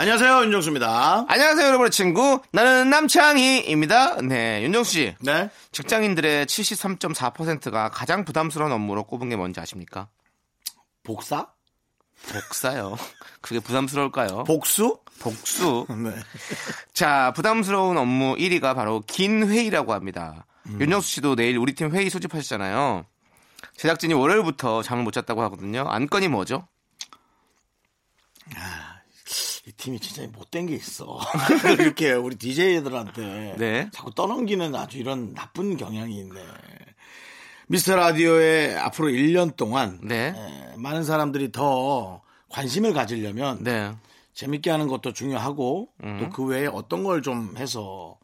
안녕하세요 윤정수입니다. 안녕하세요, 여러분의 친구. 나는 남창희입니다. 네, 윤정수 씨. 네. 직장인들의 73.4%가 가장 부담스러운 업무로 꼽은 게 뭔지 아십니까? 복사? 복사요. 그게 부담스러울까요? 복수? 복수. 네. 자, 부담스러운 업무 1위가 바로 긴 회의라고 합니다. 음. 윤정수 씨도 내일 우리 팀 회의 소집하시잖아요. 제작진이 월요일부터 잠을 못 잤다고 하거든요. 안건이 뭐죠? 이 팀이 진짜 못된 게 있어. 이렇게 우리 DJ들한테 네. 자꾸 떠넘기는 아주 이런 나쁜 경향이 있네. 미스터 라디오에 앞으로 1년 동안 네. 에, 많은 사람들이 더 관심을 가지려면 네. 음. 재밌게 하는 것도 중요하고 또 그 외에 어떤 걸 좀 해서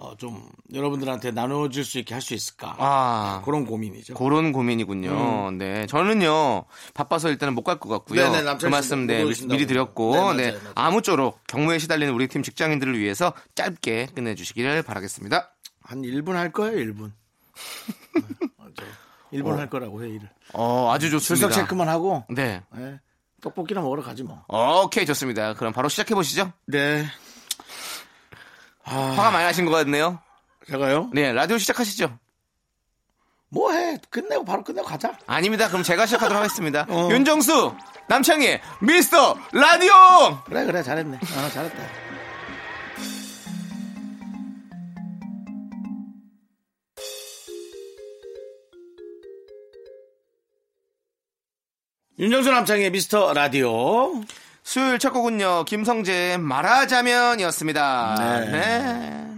어, 좀 여러분들한테 나눠줄 수 있게 할 수 있을까 아. 그런 고민이죠. 그런 고민이군요. 네. 저는요, 바빠서 일단은 못 갈 것 같고요. 음. 네네, 남편 그 씨도 말씀 못 네, 오신다고. 미리 드렸고, 네, 맞아요, 네, 맞아요. 아무쪼록 경무에 시달리는 우리 팀 직장인들을 위해서 짧게 끝내주시기를 바라겠습니다. 한 1분 할 거예요, 1분. 1분 할 거라고 회의를. 어, 아주 좋습니다. 출석 체크만 하고 네. 예, 떡볶이나 먹으러 가지 뭐. 오케이, 좋습니다. 그럼 바로 시작해보시죠. 네. 아. 화가 많이 나신 것 같네요. 제가요? 네, 라디오 시작하시죠. 뭐 해? 끝내고 바로 끝내고 가자. 아닙니다. 그럼 제가 시작하도록 하겠습니다. 어. 윤정수, 남창희, 미스터 라디오! 그래 그래 잘했네. 아 잘했다. 윤정수 남창의 미스터 라디오. 수요일 첫 곡은요, 김성재 말하자면이었습니다. 네. 네.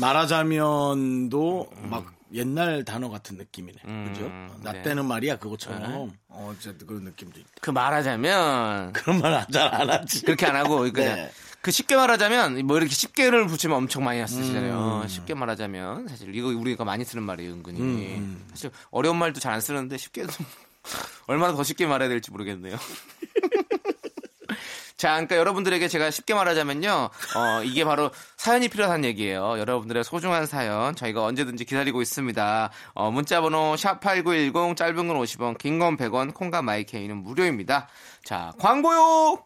말하자면도 막 옛날 단어 같은 느낌이네. 그죠? 나 네. 때는 말이야 그것처럼. 어, 진짜 그런 느낌도 있다. 그 말하자면 그런 말 잘 안 하지. 그렇게 안 하고 그냥 네. 그 쉽게 말하자면 뭐 이렇게 쉽게를 붙이면 엄청 많이 쓰시잖아요. 어, 쉽게 말하자면 사실 이거 우리가 많이 쓰는 말이에요, 은근히. 사실 어려운 말도 잘 안 쓰는데 쉽게 좀 얼마나 더 쉽게 말해야 될지 모르겠네요. 자, 그러니까 여러분들에게 제가 쉽게 말하자면요, 어, 이게 바로 사연이 필요한 얘기예요. 여러분들의 소중한 사연 저희가 언제든지 기다리고 있습니다. 어, 문자번호 샵 #8910 짧은 건 50원, 긴 건 100원, 콩과 마이케이는 무료입니다. 자, 광고요.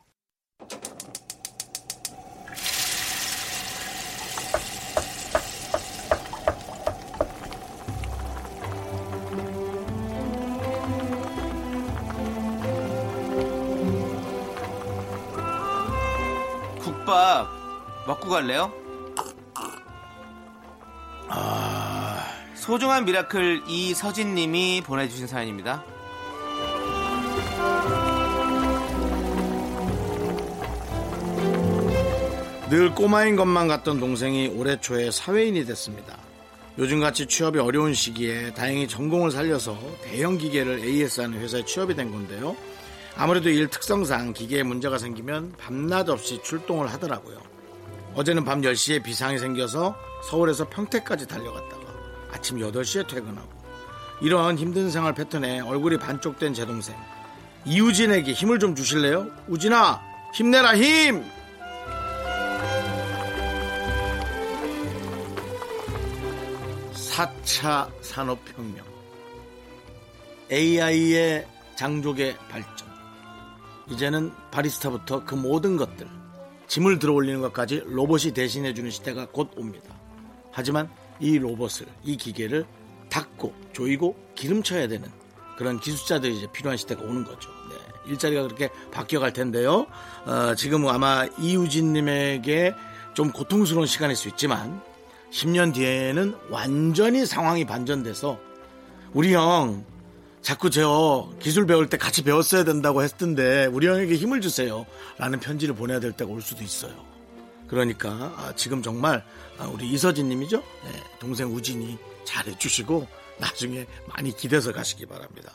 국밥 먹고 갈래요? 아, 소중한 미라클 이서진님이 보내주신 사연입니다. 늘 꼬마인 것만 같던 동생이 올해 초에 사회인이 됐습니다. 요즘같이 취업이 어려운 시기에 다행히 전공을 살려서 대형 기계를 AS하는 회사에 취업이 된 건데요. 아무래도 일 특성상 기계에 문제가 생기면 밤낮 없이 출동을 하더라고요. 어제는 밤 10시에 비상이 생겨서 서울에서 평택까지 달려갔다가 아침 8시에 퇴근하고 이런 힘든 생활 패턴에 얼굴이 반쪽된 제 동생 이우진에게 힘을 좀 주실래요? 우진아 힘내라 힘! 사차 산업혁명 AI의 장족의 발전 이제는 바리스타부터 그 모든 것들 짐을 들어 올리는 것까지 로봇이 대신해주는 시대가 곧 옵니다 하지만 이 로봇을 이 기계를 닦고 조이고 기름쳐야 되는 그런 기술자들이 이제 필요한 시대가 오는 거죠 네, 일자리가 그렇게 바뀌어갈 텐데요 어, 지금 아마 이우진님에게 좀 고통스러운 시간일 수 있지만 10년 뒤에는 완전히 상황이 반전돼서 우리 형 자꾸 저 기술 배울 때 같이 배웠어야 된다고 했던데 우리 형에게 힘을 주세요 라는 편지를 보내야 될 때가 올 수도 있어요 그러니까 아, 지금 정말 아, 우리 이서진님이죠 네, 동생 우진이 잘해주시고 나중에 많이 기대서 가시기 바랍니다.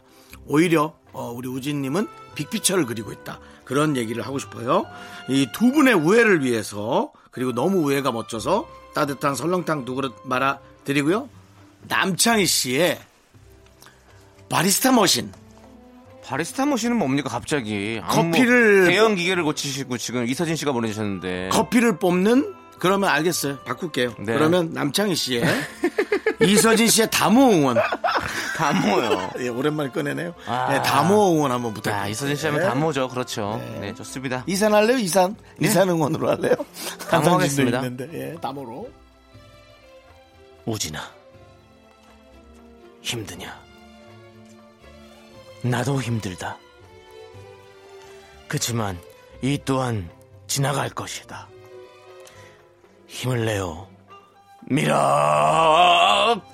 오히려 어, 우리 우진님은 빅피처를 그리고 있다 그런 얘기를 하고 싶어요. 이 두 분의 우애를 위해서 그리고 너무 우애가 멋져서 따뜻한 설렁탕 두 그릇 말아 드리고요. 남창희 씨의 바리스타 머신 바리스타 머신은 뭡니까 갑자기 안무, 커피를- 대형 기계를 고치시고 지금 이서진 씨가 보내주셨는데 커피를 뽑는 그러면 알겠어요. 바꿀게요. 네. 그러면 남창희 씨의 이서진 씨의 다모 응원. 다 모여. 예, 오랜만에 꺼내네요. 아. 네, 다모 응원 한번 아 부탁드립니다. 이서진 씨 하면 다 모죠 그렇죠. 네 좋습니다. 이산 할래요? 이산? 이산 응원으로 할래요? 네. 다모 감상진도 하겠습니다. 있는데, 예, 다모로. 우진아 힘드냐 나도 힘들다 그치만 이 또한 지나갈 것이다 힘을 내요 미라크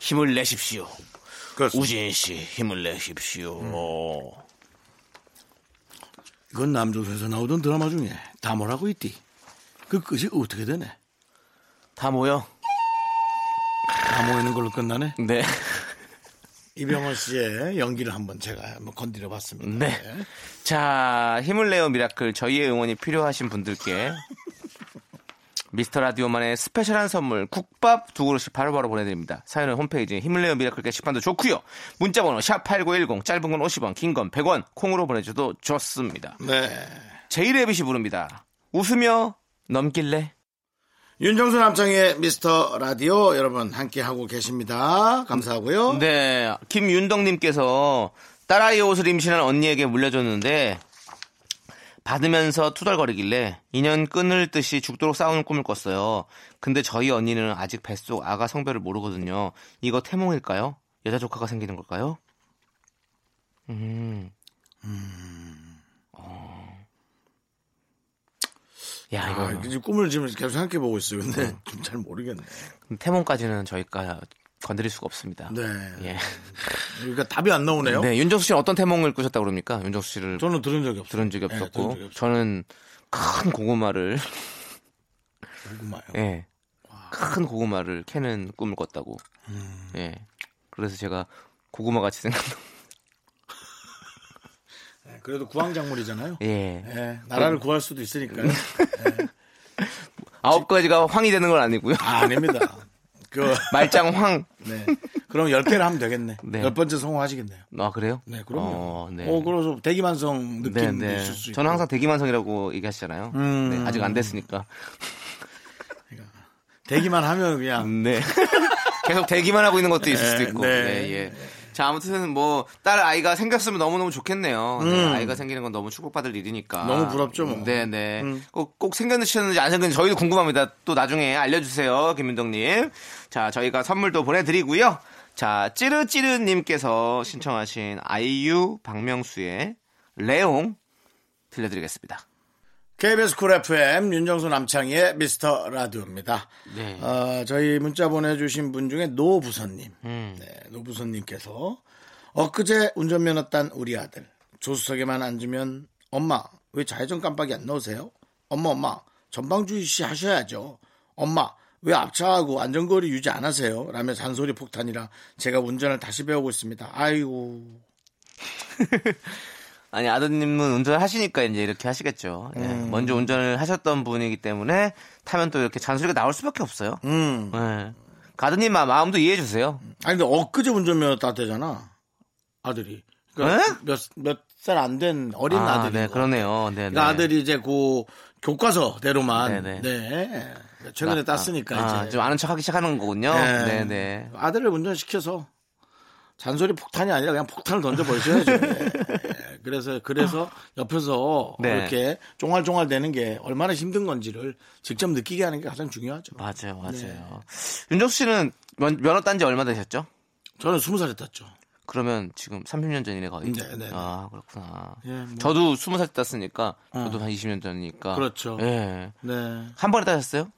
힘을 내십시오 그렇습니다. 우진 씨 힘을 내십시오 이건 남조선에서 나오던 드라마 중에 다모라고 있디. 그 끝이 어떻게 되네? 다 모여 다모이는 걸로 끝나네? 네 이병헌 씨의 연기를 한번 제가 한번 건드려 봤습니다. 네. 자, 힘을 내요 미라클 저희의 응원이 필요하신 분들께 미스터 라디오만의 스페셜한 선물 국밥 두 그릇씩 바로바로 보내드립니다. 사연은 홈페이지 힘을 내요 미라클 게시판도 좋고요. 문자번호 샵 #8910 짧은 건 50원, 긴 건 100원 콩으로 보내줘도 좋습니다. 네. 제이레빗이 부릅니다. 웃으며 넘길래. 윤정수 남창의 미스터 라디오 여러분 함께 하고 계십니다. 감사하고요. 네, 김윤덕님께서 딸아이 옷을 임신한 언니에게 물려줬는데 받으면서 투덜거리길래 인연 끊을 듯이 죽도록 싸우는 꿈을 꿨어요. 근데 저희 언니는 아직 뱃속 아가 성별을 모르거든요. 이거 태몽일까요? 여자 조카가 생기는 걸까요? 음. 어. 야, 아, 이거 이제 꿈을 지금 계속 생각해 보고 있어요. 근데 좀 잘 모르겠네. 태몽까지는 저희가 건드릴 수가 없습니다. 네. 예. 그러니까 답이 안 나오네요. 네, 윤정수 씨는 어떤 태몽을 꾸셨다고 그럽니까? 윤정수 씨를 저는 들은 적이 없어요. 들은 적이 네, 없었고, 들은 적이 없어요. 저는 큰 고구마를, 고구마요. 예. 큰 고구마를 캐는 꿈을 꿨다고. 음. 예. 그래서 제가 고구마 같이 생각, 네, 그래도 구황작물이잖아요. 예. 네, 나라를 구할 수도 있으니까요. 네. 아홉 가지가 황이 되는 건 아니고요. 아, 아닙니다. 그, 말짱 황. 네. 그럼 열 개를 하면 되겠네. 네. 열 번째 성공하시겠네요. 아, 그래요? 네, 그럼요. 어, 네. 어, 그래서 대기만성 네, 느낌도 네. 있을 수 있고. 저는 항상 대기만성이라고 얘기하시잖아요. 음. 네, 아직 안 됐으니까. 대기만 하면 그냥 네. 계속 대기만 하고 있는 것도 있을 음, 네, 수도 있고. 네. 네. 예. 자, 아무튼 뭐, 딸 아이가 생겼으면 너무너무 좋겠네요. 네, 아이가 생기는 건 너무 축복받을 일이니까. 음. 너무 부럽죠, 뭐. 네, 네. 꼭, 꼭 생겼는지 안 생겼는지 저희도 궁금합니다. 또 나중에 알려주세요, 김민덕님. 자, 저희가 선물도 보내드리고요. 자, 찌르찌르님께서 신청하신 아이유 박명수의 레옹 들려드리겠습니다. KBS 쿨 FM 윤정수 남창희의 미스터 라디오입니다. 네. 어, 저희 문자 보내주신 분 중에 노부선님, 음. 네, 노부선님께서 엊그제 운전면허 딴 우리 아들 조수석에만 앉으면 엄마 왜 좌회전 깜빡이 안 넣으세요? 엄마 엄마 전방주의시 하셔야죠. 엄마 왜 앞차하고 안전거리 유지 안 하세요? 라며 잔소리 폭탄이라 제가 운전을 다시 배우고 있습니다. 아이고 아니 아드님은 운전을 하시니까 이제 이렇게 하시겠죠. 예, 음. 먼저 운전을 하셨던 분이기 때문에 타면 또 이렇게 잔소리가 나올 수밖에 없어요. 음 예. 가드님 마- 마음도 이해해 주세요. 아니 근데 엊그제 운전면허 땄대잖아 아들이 그러니까 몇몇 살 안 된 어린 네? 아, 아, 들이 네, 그러네요. 네, 네. 그러니까 아들이 이제 그 교과서대로만 네 네네. 최근에 아, 땄으니까 아, 이제 좀 아는 척하기 시작하는 거군요. 네. 네, 네. 아들을 운전시켜서 잔소리 폭탄이 아니라 그냥 폭탄을 던져 버리셔야죠. 예. 그래서 그래서 옆에서 네. 이렇게 쫑알쫑알 되는 게 얼마나 힘든 건지를 직접 느끼게 하는 게 가장 중요하죠. 맞아요, 맞아요. 네. 윤정수 씨는 면, 면허 딴 지 얼마 되셨죠? 저는 스무 살에 땄죠. 그러면 지금 30년 전이네 거의. 네, 네. 아 그렇구나. 예, 뭐. 어. 저도 20살 때 땄으니까 저도 한 20년 전이니까. 그렇죠. 예. 네. 한 번에 따셨어요?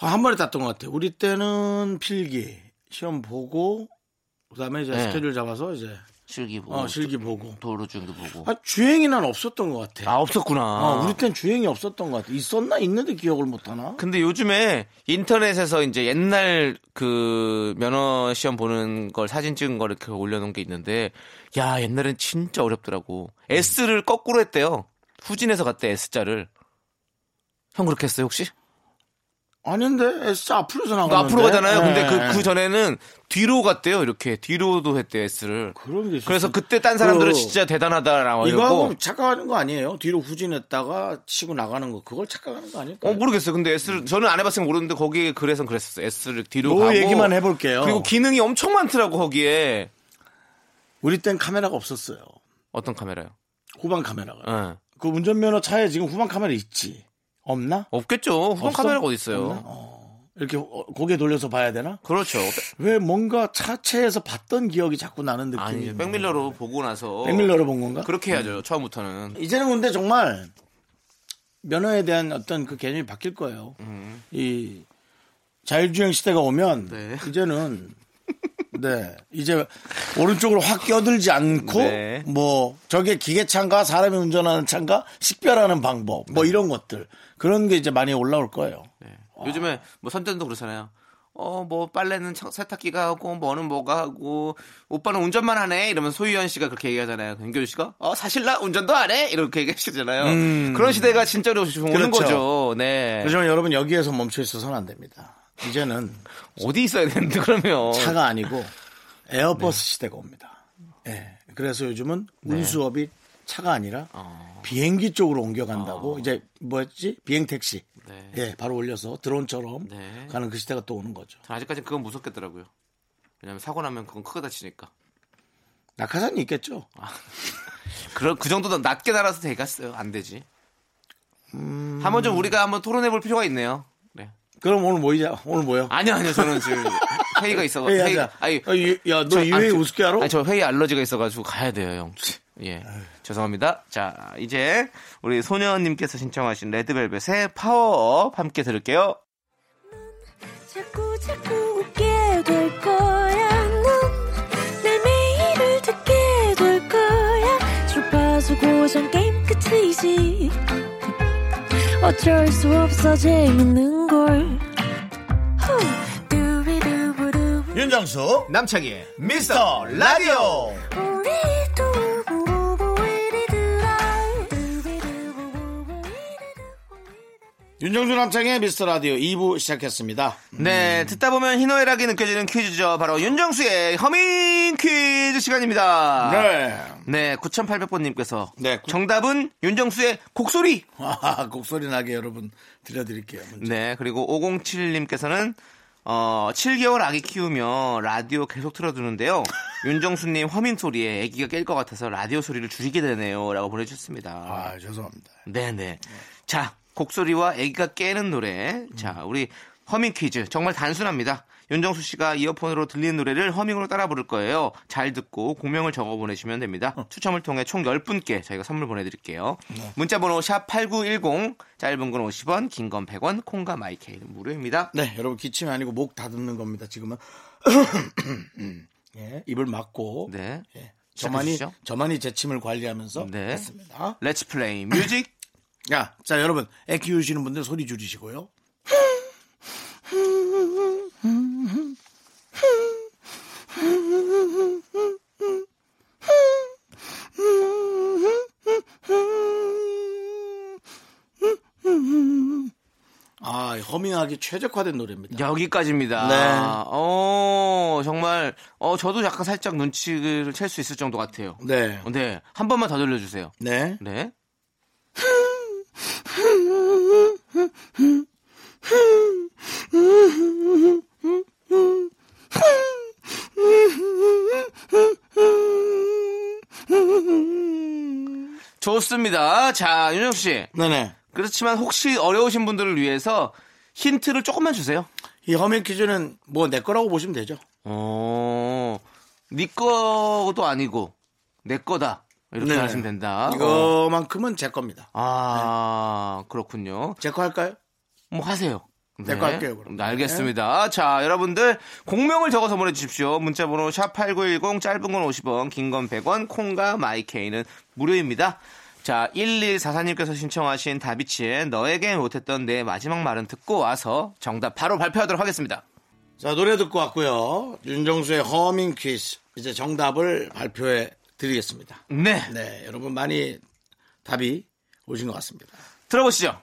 아, 한 번에 땄던 것 같아요. 우리 때는 필기 시험 보고 그다음에 이제 네. 스케줄 잡아서 이제 실기 보고. 어, 실기 보고. 도로 중도 보고. 아, 주행이 난 없었던 것 같아. 아, 없었구나. 어, 우리 땐 주행이 없었던 것 같아. 있었나 있는데 기억을 못 하나? 근데 요즘에 인터넷에서 이제 옛날 그 면허 시험 보는 걸 사진 찍은 걸 이렇게 올려놓은 게 있는데, 야, 옛날엔 진짜 어렵더라고. S를 거꾸로 했대요. 후진해서 갔대, S자를. 형 그렇게 했어요, 혹시? 아닌데 S 앞으로서 나오는데. 그러니까 앞으로 가잖아요. 근데 네. 그, 그 전에는 뒤로 갔대요, 이렇게. 뒤로도 했대, S를. 그런 게 있었어. 그래서 그때 딴 사람들은 그- 진짜 대단하다라고 이거하고 하고. 착각하는 거 아니에요? 뒤로 후진했다가 치고 나가는 거 그걸 착각하는 거 아닐까? 어 모르겠어요. 근데 S를 저는 안 해봤으면 모르는데 거기에 그래서 그랬었어요. S를 뒤로 요 가고. 얘기만 해볼게요. 그리고 기능이 엄청 많더라고 거기에 우리 땐 카메라가 없었어요. 어떤 카메라요? 후방 카메라가. 예. 그 운전면허 차에 지금 후방 카메라 있지? 없나? 없겠죠. 후방 없어? 카메라가 어디 있어요? 없나? 어. 이렇게 어, 고개 돌려서 봐야 되나? 그렇죠. 왜 뭔가 차체에서 봤던 기억이 자꾸 나는 느낌이. 아니 있는 거야. 백밀러로 보고 나서 뭐. 백밀러로 본 건가? 그렇게 해야죠. 처음부터는 이제는 근데 정말 면허에 대한 어떤 그 개념이 바뀔 거예요. 이 자율주행 시대가 오면 음. 네. 이제는 네 이제 오른쪽으로 확 끼어들지 않고 네. 뭐 저게 기계차인가 사람이 운전하는 차인가 식별하는 방법 뭐 이런 것들 그런 게 이제 많이 올라올 거예요. 네. 요즘에 뭐 선전도 그렇잖아요. 어 뭐 빨래는 차- 세탁기가 하고 뭐는 뭐가 하고 오빠는 운전만 하네 이러면 소유현 씨가 그렇게 얘기하잖아요. 김교주 씨가 어 사실 나 운전도 안 해 이렇게 얘기하시잖아요. 그런 시대가 진짜로 지금 오는 음. 그렇죠. 거죠. 네. 그렇지만 여러분 여기에서 멈춰 있어서는 안 됩니다. 이제는 어디 있어야 되는데 그러면 차가 아니고 에어버스 시대가 옵니다. 예. 그래서 요즘은 운수업이 차가 아니라 어. 비행기 쪽으로 옮겨간다고 이제 뭐였지? 비행 택시. 네. 예, 바로 올려서 드론처럼 네. 가는 그 시대가 또 오는 거죠. 전 아직까지 그건 무섭겠더라고요. 왜냐면 사고 나면 그건 크게 다치니까. 낙하산이 있겠죠. 그런 그 정도는 낮게 날아서 되겠어요. 안 되지. 음. 한번 좀 우리가 한번 토론해 볼 필요가 있네요. 네. 그럼 오늘 뭐이자 오늘 뭐요? 아니요, 아니요. 저는 지금 회의가 있어 가지고. 회의하자. 어, 이- 야, 너이 회의 우습게 알아? 아니, 저 회의 알러지가 있어 가지고 가야 돼요, 형. 예. 죄송합니다. 자, 이제 우리 소녀 님께서 신청하신 레드벨벳의 파워업 함께 들을게요. 자꾸 자꾸 웃게 될 거야. 넌내 매일을 듣게 될 거야. 주파수 고정 게임 끝이지. 어쩔 수 없어 재밌는 걸. 후. 두비두부두. 윤정수 남창희 미스터 라디오. 우리 두부부부 우리들아. 두비두부부부 우리들아. 윤정수 남창희 미스터 라디오 2부 시작했습니다. 음. 네, 듣다 보면 희노애락이 느껴지는 퀴즈죠. 바로 윤정수의 허밍 퀴즈 시간입니다. 네. 네, 9800번님께서 네, 구- 정답은 윤정수의 곡소리. 아, 곡소리 나게 여러분 들려드릴게요. 문제. 네, 그리고 507님께서는 어, 7개월 아기 키우며 라디오 계속 틀어두는데요. 윤정수님 허밍 소리에 아기가 깰 것 같아서 라디오 소리를 줄이게 되네요라고 보내주셨습니다. 아, 죄송합니다. 네, 네. 자, 곡소리와 아기가 깨는 노래. 자, 우리 허밍 퀴즈 정말 단순합니다. 윤정수 씨가 이어폰으로 들리는 노래를 허밍으로 따라 부를 거예요. 잘 듣고 공명을 적어 네. 보내시면 됩니다. 추첨을 통해 총 10분께 저희가 선물 보내드릴게요. 문자번호 샵8910 짧은 건 50원 긴 건 100원 콩과 마이케이는 무료입니다. 네, 여러분 기침이 아니고 목 다듬는 겁니다. 지금은 음, 예, 입을 막고 네. 예, 저만이 시작해주시죠. 저만이 제 침을 관리하면서 네. 했습니다. 렛츠 플레이 뮤직 야, 자 여러분 애 키우시는 분들 소리 줄이시고요. 아, 허밍하기 최적화된 노래입니다. 여기까지입니다. 네. 어, 정말 어 저도 약간 살짝 눈치를 챌 수 있을 정도 같아요. 네. 네. 한 번만 더 들려주세요. 네. 네. 좋습니다. 자, 윤혁 씨. 네네. 그렇지만 혹시 어려우신 분들을 위해서 힌트를 조금만 주세요. 이 허밍 퀴즈는 뭐 내 거라고 보시면 되죠. 어, 네 거도 아니고 내 거다. 이렇게 네. 하시면 된다. 어. 이거만큼은 제 겁니다. 아, 그렇군요. 제 거 할까요? 뭐 하세요. 내거 할게요. 그럼. 네, 알겠습니다. 자, 여러분들 공명을 적어서 보내주십시오. 문자번호 샵 #8910 짧은 건 50원, 긴 건 100원, 콩과 마이케이는 무료입니다. 자, 1144님께서 신청하신 다비치의 너에게 못했던 내 마지막 말은 듣고 와서 정답 바로 발표하도록 하겠습니다. 자, 노래 듣고 왔고요. 윤정수의 허밍 퀴즈. 이제 정답을 발표해 드리겠습니다. 네, 네, 여러분 많이 답이 오신 것 같습니다. 들어보시죠.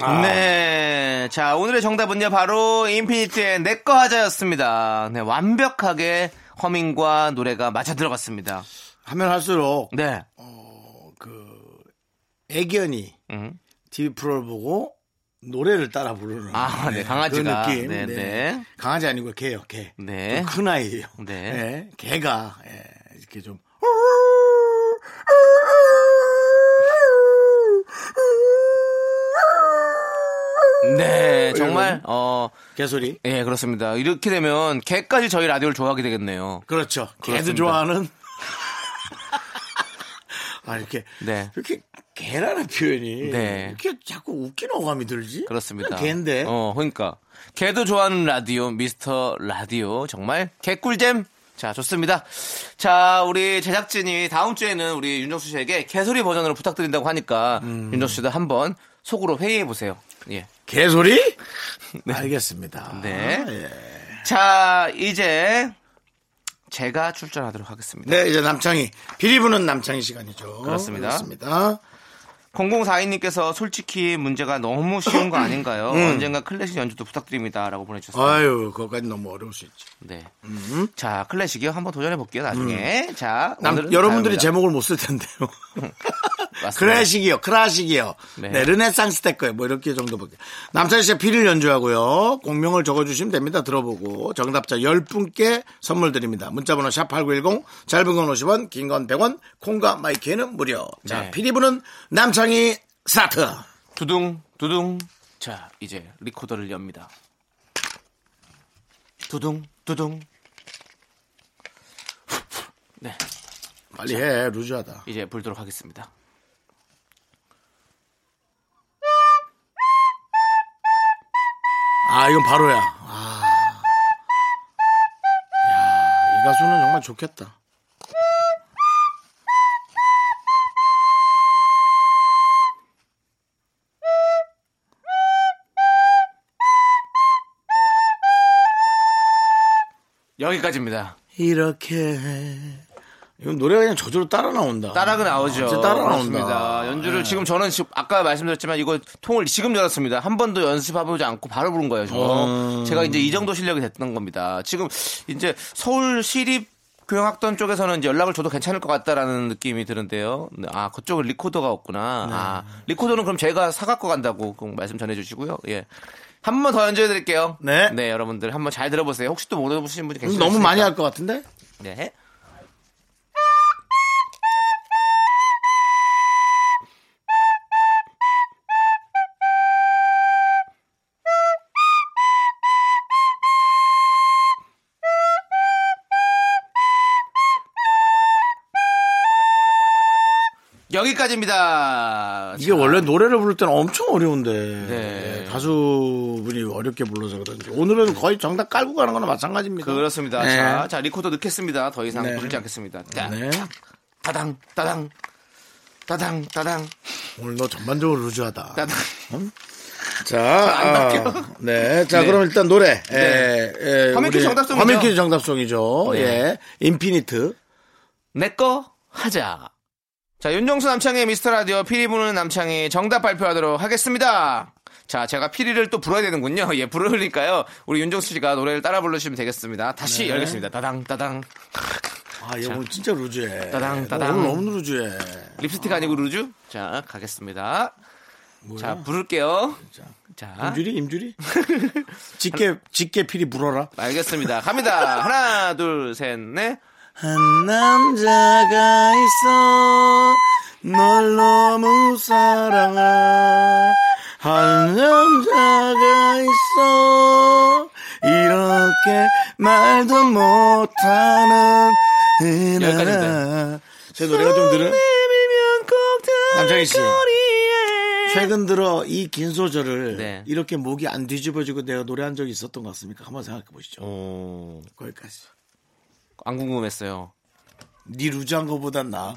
아. 네. 자, 오늘의 정답은요, 바로 인피니트의 내꺼 하자였습니다. 네, 완벽하게 허밍과 노래가 맞아 들어갔습니다. 하면 할수록 그 네. 어? 애견이 음. TV 프로를 보고 노래를 따라 부르는 아, 네, 그 강아지가. 느낌. 네, 네. 강아지 아니고 개요, 개. 네. 좀큰 아이예요. 네. 개가 예, 이렇게 좀 네, 예, 정말, 어, 개소리. 예, 그렇습니다. 이렇게 되면 개까지 저희 라디오를 좋아하게 되겠네요. 그렇죠. 개도 그렇습니다. 좋아하는. 아 이렇게 네. 이렇게 개라는 표현이 네. 이렇게 자꾸 웃기는 어감이 들지? 그렇습니다. 그냥 개인데. 어, 그러니까. 개도 좋아하는 라디오, 미스터 라디오. 정말 개꿀잼. 자, 좋습니다. 자, 우리 제작진이 다음 주에는 우리 윤정수 씨에게 개소리 버전으로 부탁드린다고 하니까 음. 윤정수 씨도 한번 속으로 회의해 보세요. 예. 개소리? 알겠습니다. 아, 예. 네. 자, 이제 제가 출전하도록 하겠습니다. 네, 이제 남창희. 비리 부는 남창희 시간이죠. 그렇습니다. 그렇습니다. 0042님께서 솔직히 문제가 너무 쉬운 거 아닌가요? 음. 언젠가 클래식 연주도 부탁드립니다. 라고 보내주셨어요. 아유, 그것까지 너무 어려울 수 있지. 네. 자, 클래식이요. 한번 도전해 볼게요, 나중에. 자, 음. 남- 오늘은 여러분들이 다음입니다. 제목을 못 쓸 텐데요. 맞습니다. 클래식이요, 클래식이요. 네. 네. 르네상스 때 거예요. 뭐 이렇게 정도밖에. 남창희 씨가 피를 연주하고요. 공명을 적어주시면 됩니다. 들어보고. 정답자 10분께 선물 드립니다. 문자번호 샵8910, 짧은 건 50원, 긴 건 100원, 콩과 마이키는 무료. 자, 네. 피리 부는 남창희 스타트. 두둥, 두둥. 자, 이제 리코더를 엽니다. 두둥, 두둥. 네, 빨리 해, 루즈하다. 이제 불도록 하겠습니다. 아, 이건 바로야. 아. 야, 이 가수는 정말 좋겠다. 여기까지입니다. 이렇게 해. 이건 노래가 그냥 저절로 따라 나온다. 따라가 나오죠. 아, 진짜 따라 그렇습니다. 나온다. 네. 연주를 지금 저는 지금 아까 말씀드렸지만 이거 통을 지금 열었습니다. 한 번도 연습해보지 않고 바로 부른 거예요. 저. 음. 제가 이제 이 정도 실력이 됐던 겁니다. 지금 이제 서울 시립 교향악단 쪽에서는 이제 연락을 줘도 괜찮을 것 같다라는 느낌이 드는데요. 네, 아 그쪽은 리코더가 네. 없구나. 아 리코더는 그럼 제가 사갖고 간다고 꼭 말씀 전해주시고요. 예. 한 번 더 연주해드릴게요. 네. 여러분들 한 번 잘 들어보세요. 혹시 또 모르시는 분이 그럼 계시면 음, 너무 많이 할 것 같은데? 네. 여기까지입니다. 이게 원래 노래를 부를 때는 엄청 어려운데 예, 네. 가수분이 어렵게 불러서 그런지 오늘은 거의 정답 깔고 가는 거나 마찬가지입니다. 그렇습니다. 네. 자, 자, 리코더 넣겠습니다. 더 이상 네. 부르지 않겠습니다. 자, 네. 따당, 따당, 따당, 따당, 오늘 너 전반적으로 루즈하다. 따당. 자, 아, 네. 자, 그럼 일단 노래. 네. 예, 예, 화면 퀴즈 우리 정답송이죠. 화면 퀴즈 정답송이죠. 네. 예. 인피니트. 내꺼 하자. 자, 윤정수 남창의 미스터 라디오 피리 부는 남창이 정답 발표하도록 하겠습니다. 자, 제가 피리를 또 불어야 되는군요. 예, 부르니까요. 우리 윤정수 씨가 노래를 따라 부르시면 되겠습니다. 다시 네. 열겠습니다. 따당, 따당. 아, 이거 오늘 진짜 루즈해. 따당, 따당. 오늘 너무 루즈해. 립스틱 아니고 루즈? 자, 가겠습니다. 자, 부를게요. 자, 임주리, 임주리? 직계, 직계 필이 불어라. 알겠습니다. 갑니다. 하나, 둘, 셋, 넷. 한 남자가 있어 널 너무 사랑하 한 남자가 있어 이렇게 말도 못하는 여기까지인데. 그나 제 노래가 좀 들은 남창희 씨 최근 들어 이 긴 소절을 네. 이렇게 목이 안 뒤집어지고 내가 노래한 적이 있었던 것 같습니까? 한번 생각해 보시죠. 어, 거기까지. 안 궁금했어요. 네 루즈한 거보단 나.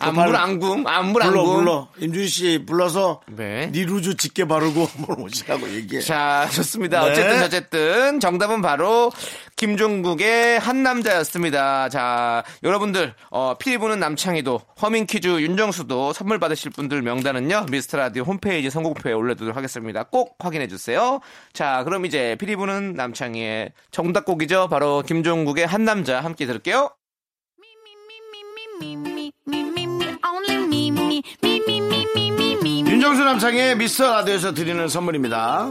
안물 안궁 안물 불러 안궁. 불러 임준 씨 불러서 네. 네 루즈 짙게 바르고 뭘 오시라고 얘기해. 자, 좋습니다. 네. 어쨌든, 어쨌든, 정답은 바로 김종국의 한 남자였습니다. 자, 여러분들, 어, 피리 부는 남창희도, 허밍 퀴즈 윤정수도 선물 받으실 분들 명단은요, 미스터 라디오 홈페이지 선곡표에 올려두도록 하겠습니다. 꼭 확인해주세요. 자, 그럼 이제 피리 부는 남창희의 정답곡이죠. 바로 김종국의 한 남자 함께 들을게요. 윤정수 남창의 미스터 라디오에서 드리는 선물입니다.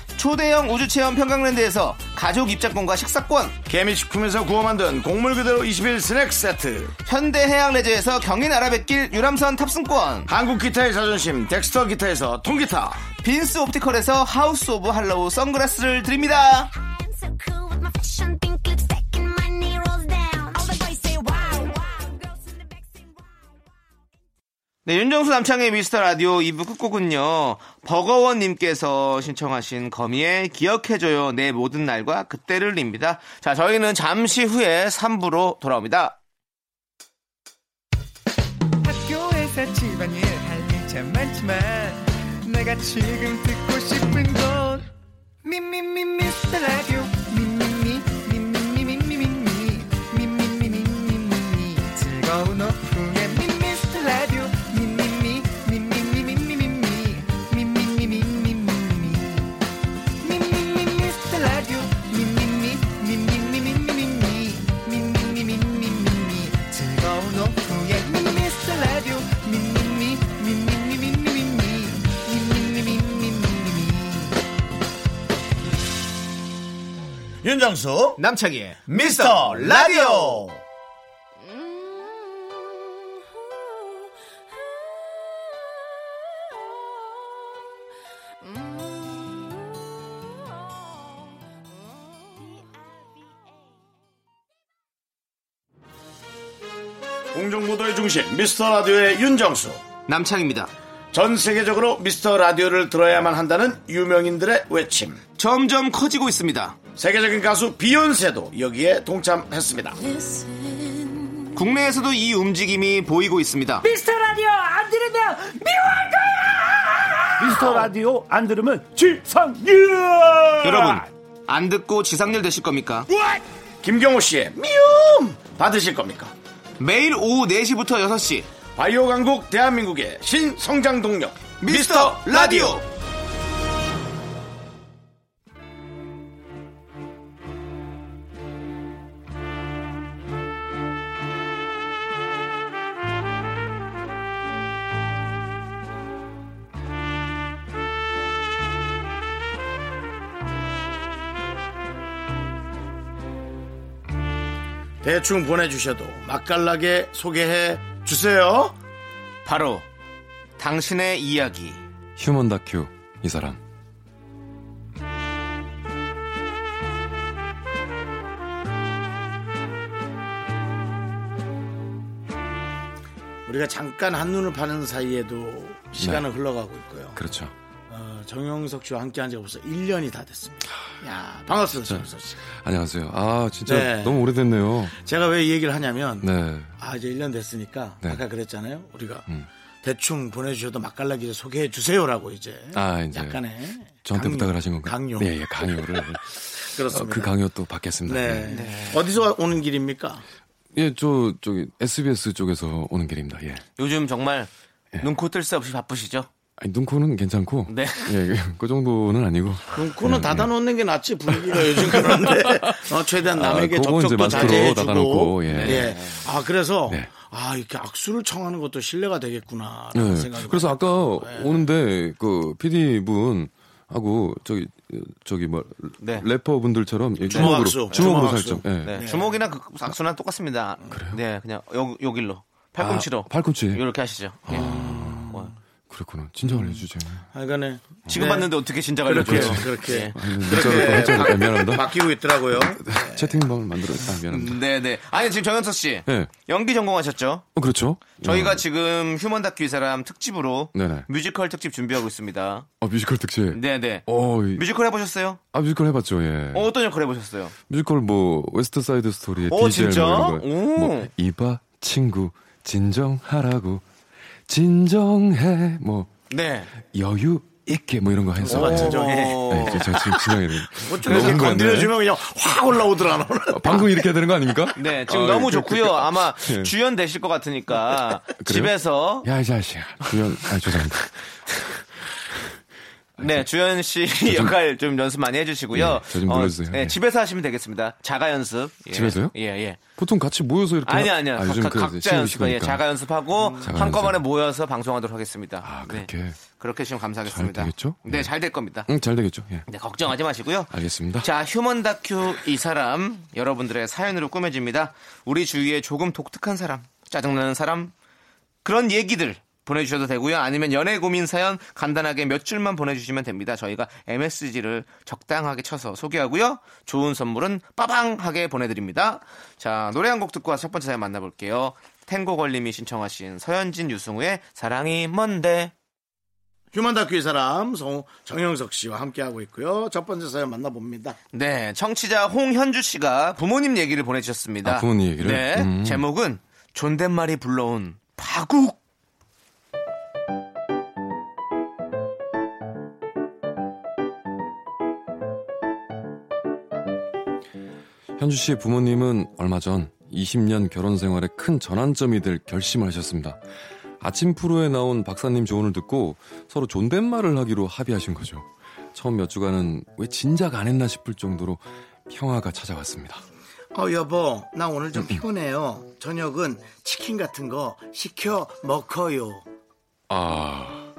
초대형 우주 체험 평강랜드에서 가족 입장권과 식사권, 개미식품에서 구워 만든 곡물 그대로 21 스낵 세트, 현대 해양 레저에서 경인 아라뱃길 유람선 탑승권, 한국 기타의 자존심 덱스터 기타에서 통기타, 빈스 옵티컬에서 하우스 오브 할로우 선글라스를 드립니다. 네, 윤정수 남창의 미스터 라디오 2부 끝곡은요, 버거원님께서 신청하신 거미의 기억해줘요, 내 모든 날과 그때를입니다. 자, 저희는 잠시 후에 3부로 돌아옵니다. 학교에서 집안일 할 일 참 많지만 내가 지금 듣고 싶은 건 미미미 미스터 라디오 미미미 미미미 미미미 미미미 미미미 미미미 즐거운 오후에 미스터 라디오 미미미 미미미 미미미 미미미 미미미 미미미 윤정수 남창희의 미스터 라디오 음, 음. 공정무도의 중심 미스터 라디오의 윤정수 남창입니다. 전 세계적으로 미스터 라디오를 들어야만 한다는 유명인들의 외침 점점 커지고 있습니다. 세계적인 가수 비욘세도 여기에 동참했습니다 국내에서도 이 움직임이 보이고 있습니다. 미스터 라디오 안 들으면 지상렬 여러분, 안 듣고 지상렬 되실 겁니까? 김경호 씨의 미움 받으실 겁니까? 매일 오후 4시부터 6시 바이오 강국 대한민국의 신성장 동력 미스터 라디오. 대충 보내주셔도 맛깔나게 소개해 주세요 바로 당신의 이야기. 휴먼 다큐 이 사람 우리가 잠깐 한눈을 파는 사이에도 시간은 네. 흘러가고 있고요 그렇죠 어, 정영석 씨와 함께한 지가 벌써 1년이 다 됐습니다. 야 네. 반갑습니다, 정영석 씨. 안녕하세요 아 진짜 네. 너무 오래됐네요 제가 왜 이 얘기를 하냐면 네 아 이제 1년 됐으니까 네. 음. 아까 그랬잖아요. 우리가 대충 보내주셔도 맛깔나게 이제 소개해 주세요라고 이제, 아, 이제 약간의 저한테 강요, 부탁을 하신 건가요? 강요. 네, 예, 강요를 어, 그렇습니다. 그 강요 또 받겠습니다 네. 어디서 오는 길입니까? 예저 저기 SBS 쪽에서 오는 길입니다 예 요즘 정말 눈코뜰 새 없이 바쁘시죠? 아니, 눈코는 괜찮고. 네. 예, 그 정도는 아니고. 그럼 음, 코는 닫아놓는 게 낫지 분위기가 요즘 그런데 어, 최대한 남에게 아, 그건 이제 접촉도 마스크로 자제해주고 닫아놓고, 예. 아 그래서 네. 아 이렇게 악수를 청하는 것도 신뢰가 되겠구나 네. 라는 생각이 그래서 들어요. 아까 오는데 그 PD 분 하고 저기 저기 뭐 네. 래퍼 분들처럼 예, 주먹 주먹으로 악수. 주먹으로 주먹 악수. 살짝 예. 네, 주먹이나 그 악수나 똑같습니다. 네, 그냥 여, 여길로 팔꿈치로 아, 팔꿈치 이렇게 하시죠. 예. 아. 어. 그렇구나 진정을 해주세요. 하여간에 지금 네. 봤는데 어떻게 진작 아, 그렇게 알려줘요? 예. 그렇게 문자로 문자로 아, 미안합니다. 바뀌고 있더라고요. 채팅방을 만들어 아 미안합니다. 네, 네. 아니 지금 정현석 씨 예, 연기 전공하셨죠? 어, 그렇죠. 저희가 음. 야. 지금 휴먼 다큐 이 사람 특집으로 네네. 뮤지컬 특집 준비하고 있습니다. 어, 뮤지컬 특집. 네, 네. 어, 이- 뮤지컬 해보셨어요? 아 뮤지컬 해봤죠. 예. 네. 어, 어떤 역할 해보셨어요? 뮤지컬 뭐 웨스트 사이드 스토리의 어, 디젤 진짜? 뭐 이런 거. 오. 뭐 이봐 친구 진정하라고 진정해 뭐 네. 여유 있게 뭐 이런 거 해서 어. 네, 저- 저 지금 진정해야 돼. 뭐, 네. 어쩜 이렇게 너무 뭐 건드려주면 그냥 확 올라오더라 오늘. 어, 방금 이렇게 해야 되는 거 아닙니까? 네, 지금 아, 너무 그- 좋고요. 아마 네. 예. 주연 되실 것 아, 같으니까 그래요? 집에서 야, 이 자식아. 그냥, 아, 죄송합니다. 네 주연 씨 역할 좀 연습 많이 해주시고요. 예, 저좀 불러주세요. 네, 예. 집에서 하시면 되겠습니다. 자가 연습. 예. 집에서요? 예, 예. 보통 같이 모여서 이렇게. 아니 하- 아니요. 아, 요즘 각, 그 각자 신이 연습, 예, 시키니까. 자가 연습하고 자가 한꺼번에 연습. 모여서 방송하도록 하겠습니다. 아, 네, 그렇게. 그렇게 지금 감사하겠습니다. 잘 되겠죠? 네, 예. 잘 될 겁니다. 응, 잘 되겠죠? 예. 네, 걱정하지 마시고요. 알겠습니다. 자, 휴먼 다큐 이 사람 여러분들의 사연으로 꾸며집니다. 우리 주위에 조금 독특한 사람, 짜증나는 사람 그런 얘기들 보내주셔도 되고요. 아니면 연애 고민 사연 간단하게 몇 줄만 보내주시면 됩니다. 저희가 MSG를 적당하게 쳐서 소개하고요. 좋은 선물은 빠방하게 보내드립니다. 자, 노래 한 곡 듣고 와서 첫 번째 사연 만나볼게요. 탱고 걸림이 신청하신 서현진 유승우의 사랑이 뭔데 휴먼 다큐의 사람 성 정영석 씨와 함께하고 있고요. 첫 번째 사연 만나봅니다. 네, 청취자 홍현주 씨가 부모님 얘기를 보내주셨습니다. 아, 부모님 얘기를? 네, 음. 제목은 존댓말이 불러온 파국. 현주 씨의 부모님은 얼마 전 20년 결혼 생활에 큰 전환점이 될 결심을 하셨습니다. 아침 프로에 나온 박사님 조언을 듣고 서로 존댓말을 하기로 합의하신 거죠. 처음 몇 주간은 왜 진작 안 했나 싶을 정도로 평화가 찾아왔습니다. 어 여보 나 오늘 좀 피곤해요. 저녁은 치킨 같은 거 시켜 먹어요. 아,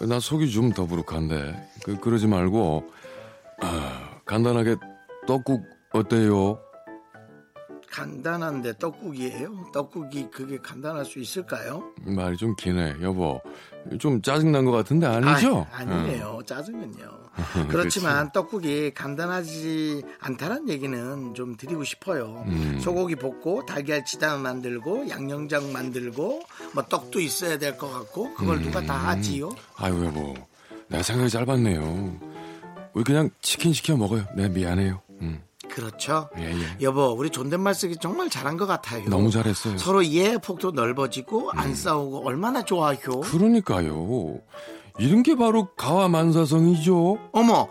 나 속이 좀 더부룩한데 그, 그러지 말고 아, 간단하게 떡국 어때요? 간단한데 떡국이에요? 떡국이 그게 간단할 수 있을까요? 말이 좀 기네, 여보. 좀 짜증 난것 같은데 아니죠? 음. 아, 니네요 짜증은요. 그렇지만 떡국이 간단하지 않다는 얘기는 좀 드리고 싶어요. 음. 소고기 볶고 달걀 치단 만들고 양념장 만들고 뭐 떡도 있어야 될 것 같고 그걸 누가 다 음. 하지요? 아유 여보, 내 생각이 짧았네요. 우리 그냥 치킨 시켜 먹어요. 네 미안해요. 음, 그렇죠. 예, 예. 여보, 우리 존댓말 쓰기 정말 잘한 것 같아요. 너무 잘했어요. 서로 이해 폭도 넓어지고 음. 안 싸우고 얼마나 좋아요. 그러니까요. 이런 게 바로 가와만사성이죠. 어머,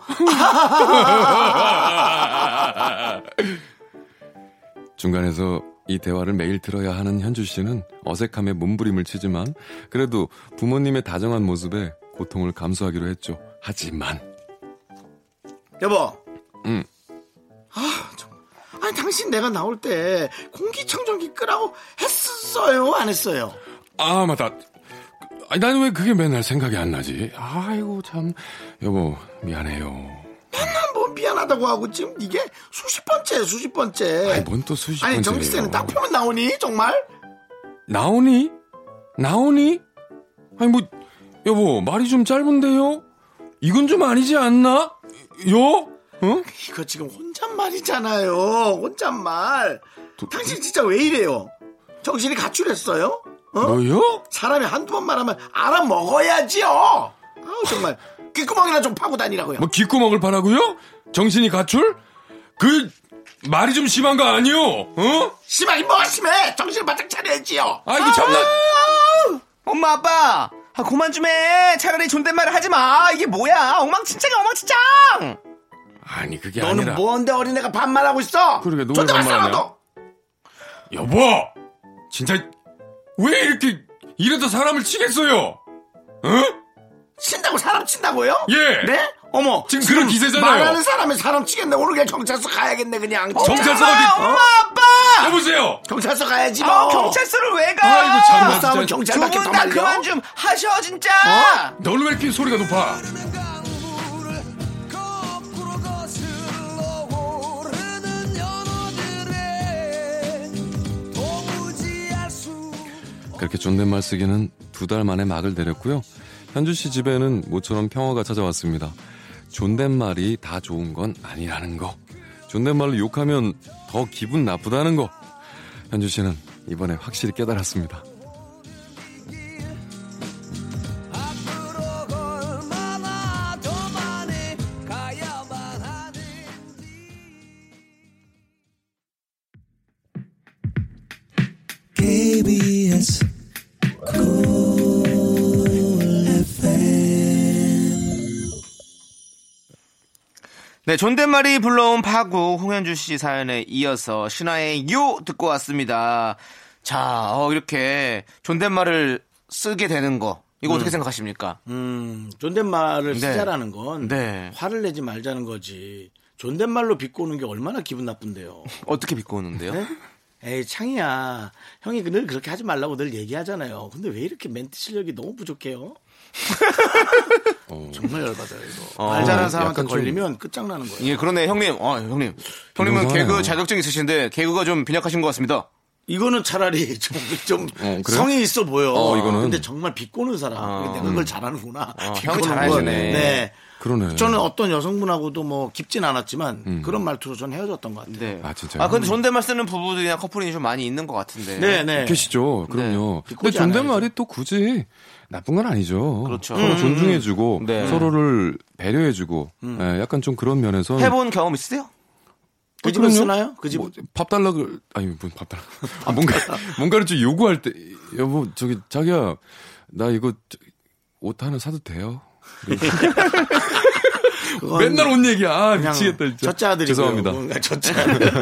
중간에서 이 대화를 매일 들어야 하는 현주 씨는 어색함에 몸부림을 치지만 그래도 부모님의 다정한 모습에 고통을 감수하기로 했죠. 하지만 여보. 응. 아, 정말. 아니 당신 내가 나올 때 공기청정기 끄라고 했었어요, 안 했어요? 아 맞다. 아니 나는 왜 그게 맨날 생각이 안 나지? 아이고 참 여보 미안해요. 난 뭐 미안하다고 하고 지금 이게 수십 번째, 수십 번째. 아니 뭔 또 수십 아니, 번째예요. 전기세는 딱 펴면 나오니 정말? 나오니? 나오니? 아니 뭐 여보 말이 좀 짧은데요? 이건 좀 아니지 않나? 요? 응? 이거 지금 혼잣말이잖아요, 혼잣말. 당신 진짜 왜 이래요? 정신이 가출했어요? 어? 뭐요? 사람이 한두 번 말하면 알아먹어야지요. 아우 정말 귓구멍이나 좀 파고 다니라고요. 뭐 귓구멍을 파라고요? 정신이 가출? 그 말이 좀 심한 거 아니요? 어? 심하긴 뭐가 심해? 정신을 바짝 차려야지요. 아이고 참나 엄마 아빠, 아, 그만 좀 해. 차라리 존댓말을 하지 마. 이게 뭐야? 엉망진창이 엉망진창. 아니 그게 너는 뭐- 아니라 뭔데 어린애가 반말하고 있어? 그러게, 누굴 존댓말 반말하냐? 싸워, 너! 여보 어? 진짜 왜 이렇게 이래서 사람을 치겠어요? 응? 친다고 사람 친다고요? 예. 네? 어머. 지금 그런 기세잖아요. 말하는 사람이 사람 치겠네. 오늘 그냥 경찰서 가야겠네 그냥. 경찰서 엄마, 어디- 엄마 아빠. 여보세요. 경찰서 가야지 뭐. 아, 경찰서를 왜 가? 아이고 아, 참. 싸우면 진짜. 경찰밖에 어? 더 두분다 말려. 그만 좀 하셔 진짜. 너는 왜 이렇게 소리가 높아? 그렇게 존댓말 쓰기는 두 달 만에 막을 내렸고요. 현주 씨 집에는 모처럼 평화가 찾아왔습니다. 존댓말이 다 좋은 건 아니라는 거. 존댓말로 욕하면 더 기분 나쁘다는 거. 현주 씨는 이번에 확실히 깨달았습니다. 네, 존댓말이 불러온 파국 홍현주 씨 사연에 이어서 신화의 요 듣고 왔습니다. 자, 어, 이렇게 존댓말을 쓰게 되는 거 이거 어떻게 생각하십니까? 음, 존댓말을 네. 쓰자라는 건 네. 화를 내지 말자는 거지. 존댓말로 비꼬는 게 얼마나 기분 나쁜데요. 어떻게 비꼬는데요? 네? 에이 창이야 형이 늘 그렇게 하지 말라고 늘 얘기하잖아요 근데 왜 이렇게 멘트 실력이 너무 부족해요 정말 열받아요 이거 말 잘하는 사람한테 어. 약간 좀- 걸리면 끝장나는 거예요 예, 그러네 형님. 어, 형님. 형님은 이상하네요. 개그 자격증 있으신데 개그가 좀 빈약하신 것 같습니다. 이거는 차라리 좀, 좀 그래요? 성이 있어 보여 어, 이거는. 어. 근데 정말 비꼬는 사람 내가 그걸 잘하는구나 비꼬는 형이 잘하시네. 걸. 네. 그러네. 음. 저는 어떤 여성분하고도 뭐 깊진 않았지만 그런 말투로 저는 헤어졌던 것 같아요 네. 아, 진짜요? 근데 존댓말 쓰는 부부들이나 커플이 좀 많이 있는 것 같은데. 네네 그 계시죠? 그럼요. 네. 근데 존댓말이 또 굳이 나쁜 건 아니죠. 그렇죠. 서로 음, 존중해주고 네. 음. 서로를 배려해주고 예, 약간 좀 그런 면에서 해본 경험 있으세요? 그 집은 쓰나요? 그 뭐, 집은? 뭐 밥 달라고 아니 뭐밥 달라 아, 뭔가 뭔가를 좀 요구할 때 여보 저기 자기야 나 이거 저- 옷 하나 사도 돼요? 어, 그건 맨날 네. 옷 얘기야 아, 그냥 미치겠다 진짜 첫째 아들이고요 죄송합니다 뭔가 첫째 아들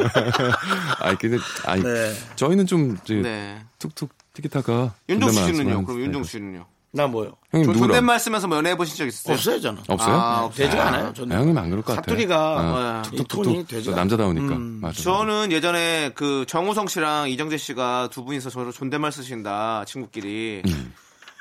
아니 근데 아니 네. 저희는 좀 이제 네. 툭툭 티키타카 윤종수 그 존댓말 씨는요? 말씀을 그럼 하는데. 윤종수 씨는요? 나 뭐요? 형님 존- 누구랑 존댓말 쓰면서 뭐 연애해 보신 적 있으세요? 없어요 저는. 없어요? 아, 없어요. 되지가 않아요. 아, 저는. 형님 안 그럴 것 같아요 사투리가 예. 이 톤이 되지 않아요. 남자다우니까 맞아 음, 저는 예전에 그 정우성 씨랑 이정재 씨가 두 분이서 저로 존댓말 쓰신다 친구끼리 음.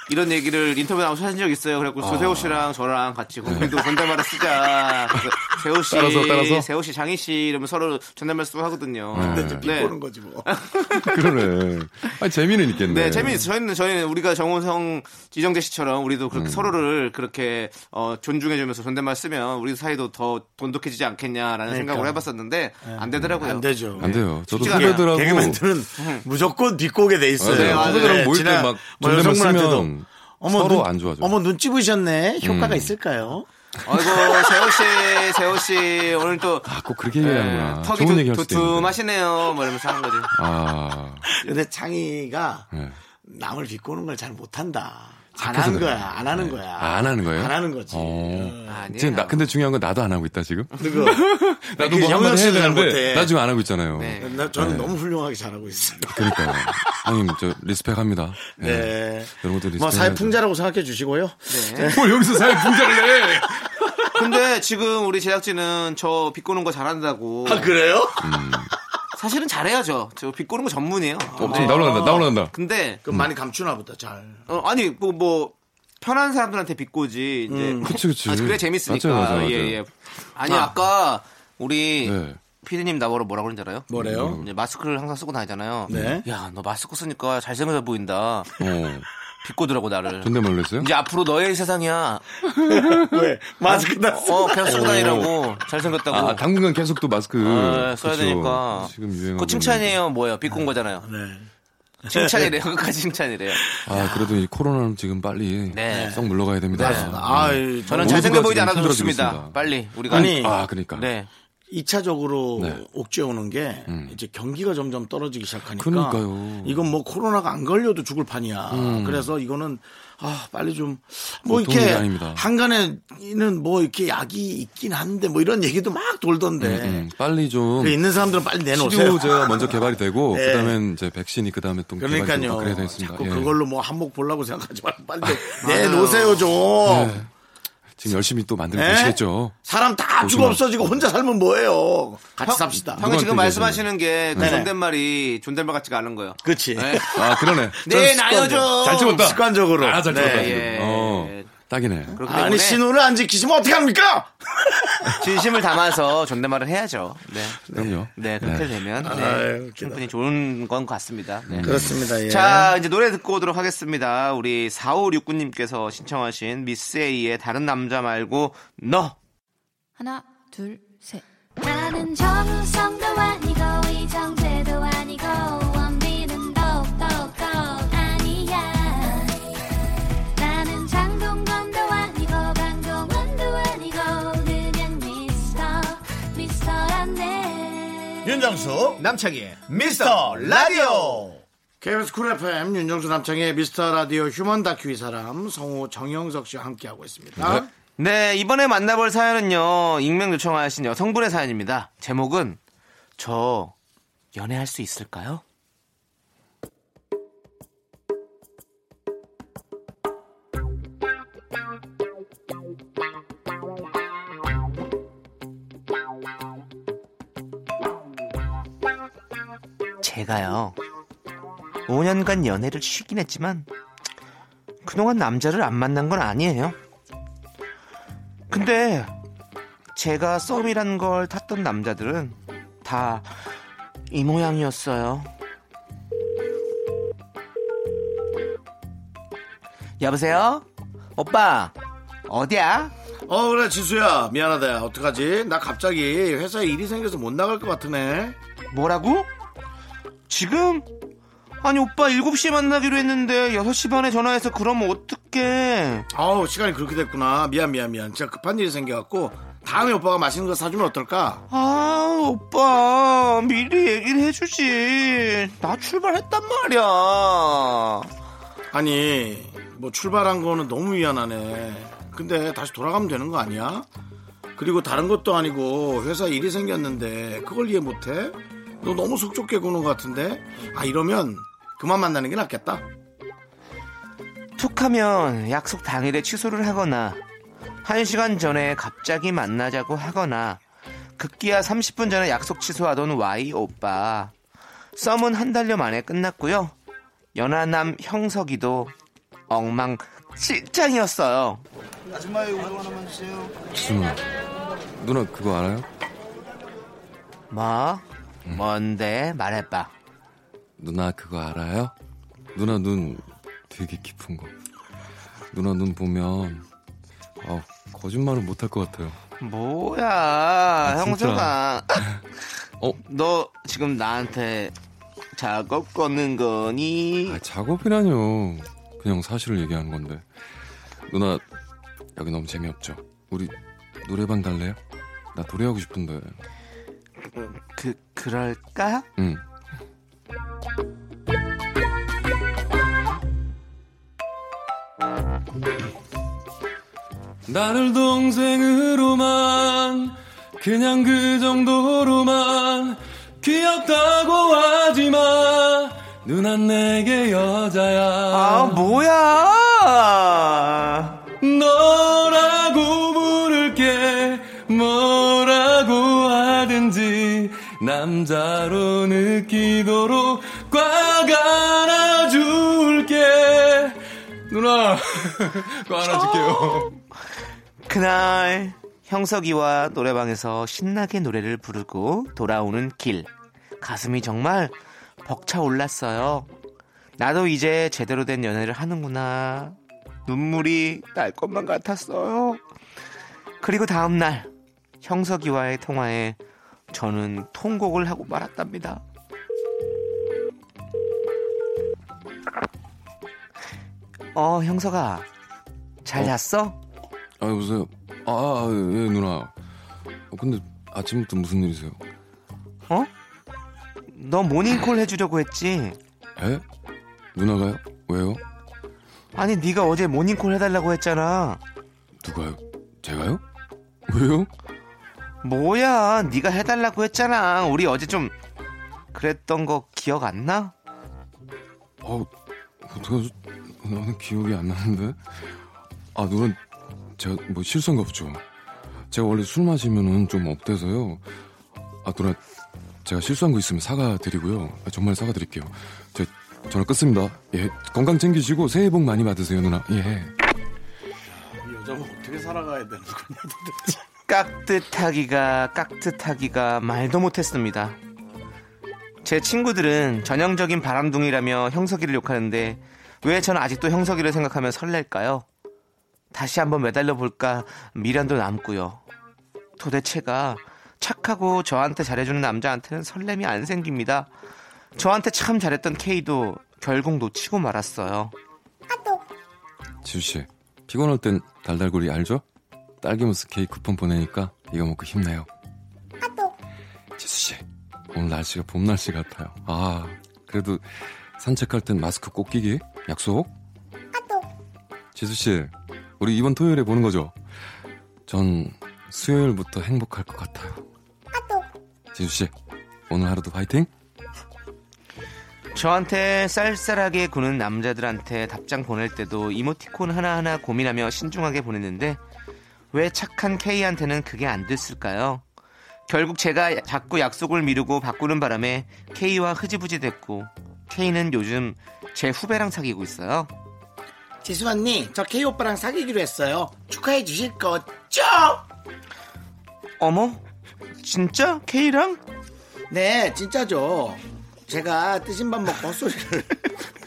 이런 얘기를 인터뷰 나오서 하신 적 있어요. 그래갖고 아. 조세호 씨랑 저랑 같이 우리도 존댓말을 쓰자. 그래서 세호 씨, 따라서, 따라서? 세호 씨, 장희 씨 이러면 서로 존댓말 쓰고 하거든요. 네. 네. 보는 거지 뭐. 그러네 아 재미는 있겠네 네, 재미있어요. 저희는, 저희는 우리가 정우성, 이정재 씨처럼 우리도 음. 그렇게 서로를 그렇게 어, 존중해주면서 존댓말 쓰면 우리 사이도 더 돈독해지지 않겠냐라는 생각을 해봤었는데 안 되더라고요. 안 되죠. 그러니까. 네. 안 돼요 저도 쉽지가 않아요. 후배들하고 개그맨들은 무조건 비꼬게 돼 있어요. 네, 맞아요. 후배들하고 모일 지난- 때막 뭐 존댓말 여성분한테도 쓰면 어머, 서로 눈- 안 좋아져요. 음. 어머 눈 찝으셨네. 효과가 있을까요? 아이고, 세호 씨, 세호 씨, 오늘 또 아꼭 그렇게 예, 얘기하는구나 턱이 좋은 얘기 두, 할수 있는데 두툼하시네요. 뭐 이러면서 하는 거죠. 아 근데 창희가 네. 남을 비꼬는 걸 잘 못한다. 안 착해서 하는 그래요. 거야. 안 하는 거야. 아, 안 하는 거예요? 안 하는 거지. 어. 아니에요. 지금 나, 근데 중요한 건 나도 안 하고 있다 지금 그리고 나도 그 뭐 한마디 해야 씨도 잘 되는데 못해. 나 지금 안 하고 있잖아요 네. 나- 저는 너무 훌륭하게 잘하고 있어요. 그러니까요 형님 저 리스펙합니다 예. 네. 이런 것도 뭐 리스펙 사회풍자라고 생각해 주시고요. 네. 뭘 여기서 사회 분자를 해 근데 지금 우리 제작진은 저 비꼬는 거 잘한다고. 아 그래요? 사실은 잘해야죠. 저 비꼬는 거 전문이에요. 어, 지금 나 올라간다 나 올라간다 근데 그럼 많이 감추나 보다. 잘. 음. 어, 아니 뭐, 뭐 편한 사람들한테 비꼬지 이제 음, 그치, 그치. 아, 그래 재밌으니까 맞아요, 맞아요, 맞아요. 예, 예. 아니 아. 까 우리 네. 피디님 나보러 뭐라 그러는지 알아요? 뭐래요? 이제 마스크를 항상 쓰고 다니잖아요. 네. 야 너 마스크 쓰니까 잘생겨져 보인다. 어. 비꼬더라고 나를. 존댓말로 했어요? 이제 앞으로 너의 세상이야. 왜? 마스크 다 쓰. 어 계속 쓰고 다니라고 잘생겼다고. 아, 당분간 계속 또 마스크 아, 써야 그쵸. 되니까. 지금 유행하고 그 칭찬이에요, 뭐예요? 비꼰 거잖아요. 네. 칭찬이래요. 끝까지 칭찬이래요. 있는데. 아 그래도 이 코로나는 지금 빨리 네. 썩 물러가야 됩니다. 맞습니다. 아, 저는 모두가 잘생겨 보이지 지금 않아도 힘들어지고 좋습니다. 있습니다. 빨리 우리가 아니, 음. 아 그러니까 네. 2차적으로 네. 음. 옥죄오는 게 이제 경기가 점점 떨어지기 시작하니까 그러니까요. 음. 이건 뭐 코로나가 안 걸려도 죽을 판이야. 그래서 이거는 아 빨리 좀 뭐 보통 이렇게 일이 아닙니다. 한간에는 뭐 이렇게 약이 있긴 한데 뭐 이런 얘기도 막 돌던데 음, 빨리 좀 그 있는 사람들은 빨리 내놓으세요. 치료제가 먼저 개발이 되고 네. 그다음에 이제 백신이 그다음에 또 개발이 되고 그러니까요. 그래야 되겠습니다. 자꾸 예. 아, 그걸로 뭐 한몫 보려고 생각하지 말고 빨리 좀 내놓으세요 좀. 네. 지금 열심히 또 만들고 네? 계시겠죠. 사람 다 죽어 오지마. 없어지고 혼자 살면 뭐예요? 같이 형- 삽시다. 형이 지금 누구한테 말씀하시는 게그 네네. 존댓말이 존댓말 같지가 않은 거예요. 그치. 네, 아 그러네. 네 나여줘. 잘 찍었다. 습관적으로. 네. 아, 잘 찍었다. 예. 어 딱이네. 그렇기 때문에 아니 신호를 안 지키시면 어떻게 합니까? 진심을 담아서 존댓말을 해야죠. 네, 그럼요. 네 그렇게 되면 네, 아유, 웃기다. 충분히 좋은 건 같습니다. 네. 그렇습니다. 예. 자, 이제 노래 듣고 오도록 하겠습니다. 우리 4569님께서 신청하신 미스에이의 다른 남자 말고 너. 하나, 둘, 셋. 나는 정우성도 아니고 이정재도 아니고 원빈은 더욱더 아니야 나는 장동건도 아니고 강동원도 아니고 그냥 미스터 미스터란데 윤정수 남창희의 미스터 라디오 KBS 쿨 FM 윤정수 남창희의 미스터 라디오 휴먼 다큐 이 사람 성우 정영석 씨와 함께하고 있습니다 네. 네, 이번에 만나볼 사연은요. 익명 요청하신 여성분의 사연입니다. 제목은 저 연애할 수 있을까요? 제가요. 5년간 연애를 쉬긴 했지만 그동안 남자를 안 만난 건 아니에요. 근데 제가 썸이란 걸 탔던 남자들은 다 이 모양이었어요. 여보세요? 오빠, 어디야? 어 그래 지수야 미안하다 야. 어떡하지 나 갑자기 회사에 일이 생겨서 못 나갈 것 같으네 뭐라고? 지금? 아니, 오빠 7시에 만나기로 했는데 6시 반에 전화해서 그러면 어떡해. 아우 시간이 그렇게 됐구나 미안 미안 미안 진짜 급한 일이 생겨갖고 다음에 오빠가 맛있는 거 사주면 어떨까 아, 오빠, 미리 얘기를 해주지. 나 출발했단 말이야. 아니 뭐 출발한 거는 너무 미안하네 근데 다시 돌아가면 되는 거 아니야? 그리고 다른 것도 아니고 회사 일이 생겼는데 그걸 이해 못해? 너 너무 속 좁게 구는 것 같은데? 아 이러면 그만 만나는 게 낫겠다 툭하면 약속 당일에 취소를 하거나 한시간 전에 갑자기 만나자고 하거나 극기야 30분 전에 약속 취소하던 Y 오빠 썸은 한 달여 만에 끝났고요 연하남 형석이도 엉망 실장이었어요 지수 누나 누나 그거 알아요? 뭐? 뭔데? 말해봐 누나 그거 알아요? 누나 눈 되게 깊은 거. 누나 눈 보면 아 거짓말은 못 할 것 같아요. 뭐야 아, 진짜. 형석아 어? 너 지금 나한테 작업 거는 거니? 아, 작업이라뇨. 그냥 사실을 얘기하는 건데. 누나 여기 너무 재미없죠. 우리 노래방 갈래요? 나 노래하고 싶은데. 그 그럴까? 응. 나를 동생으로만 그냥 그 정도로만 귀엽다고 하지마 누난 내게 여자야 아 뭐야? 너라고 부를게 뭐라고 하든지 남자로 느끼도록 꽉 안아줄게 누나 꽉 안아줄게요 그날 형석이와 노래방에서 신나게 노래를 부르고 돌아오는 길 가슴이 정말 벅차 올랐어요. 나도 이제 제대로 된 연애를 하는구나. 눈물이 날 것만 같았어요. 그리고 다음 날 형석이와의 통화에 저는 통곡을 하고 말았답니다. 어, 형석아. 잘 어? 잤어? 아 여보세요 아예 누나 어, 예, 근데 아침부터 무슨 일이세요? 어? 너 모닝콜 해주려고 했지? 에? 누나가요? 왜요? 아니 네가 어제 모닝콜 해달라고 했잖아. 누가요? 제가요? 왜요? 뭐야 네가 해달라고 했잖아. 우리 어제 좀 그랬던 거 기억 안 나? 어, 어떡하지? 나는 기억이 안 나는데. 아, 누나, 제가 뭐 실수한가 보죠. 제가 원래 술 마시면은 좀 업돼서요. 아, 누나, 제가 실수한 거 있으면 사과드리고요. 아, 정말 사과드릴게요. 제 전화 끊습니다. 예, 건강 챙기시고 새해 복 많이 받으세요, 누나. 예. 여자분 어떻게 살아가야 되는 거냐 도대체. 깍듯하기가 깍듯하기가 말도 못했습니다. 제 친구들은 전형적인 바람둥이라며 형석이를 욕하는데 왜 저는 아직도 형석이를 생각하면 설렐까요? 다시 한번 매달려 볼까 미련도 남고요. 도대체가 착하고 저한테 잘해주는 남자한테는 설렘이 안 생깁니다. 저한테 참 잘했던 K도 결국 놓치고 말았어요. 지수씨, 피곤할 땐 달달구리 알죠? 딸기무스 케이크 쿠폰 보내니까 이거 먹고 힘내요. 지수씨, 오늘 날씨가 봄 날씨 같아요. 아, 그래도 산책할 땐 마스크 꼭 끼기. 약속? 지수씨, 우리 이번 토요일에 보는 거죠? 전 수요일부터 행복할 것 같아요. 지수씨, 오늘 하루도 파이팅! 저한테 쌀쌀하게 구는 남자들한테 답장 보낼 때도 이모티콘 하나하나 고민하며 신중하게 보냈는데 왜 착한 K한테는 그게 안 됐을까요? 결국 제가 자꾸 약속을 미루고 바꾸는 바람에 K와 흐지부지 됐고 K는 요즘 제 후배랑 사귀고 있어요. 지수 언니, 저 K 오빠랑 사귀기로 했어요. 축하해 주실 거죠? 어머? 진짜? K랑? 네, 진짜죠. 제가 뜨신 밥 먹고 뭐 헛소리를.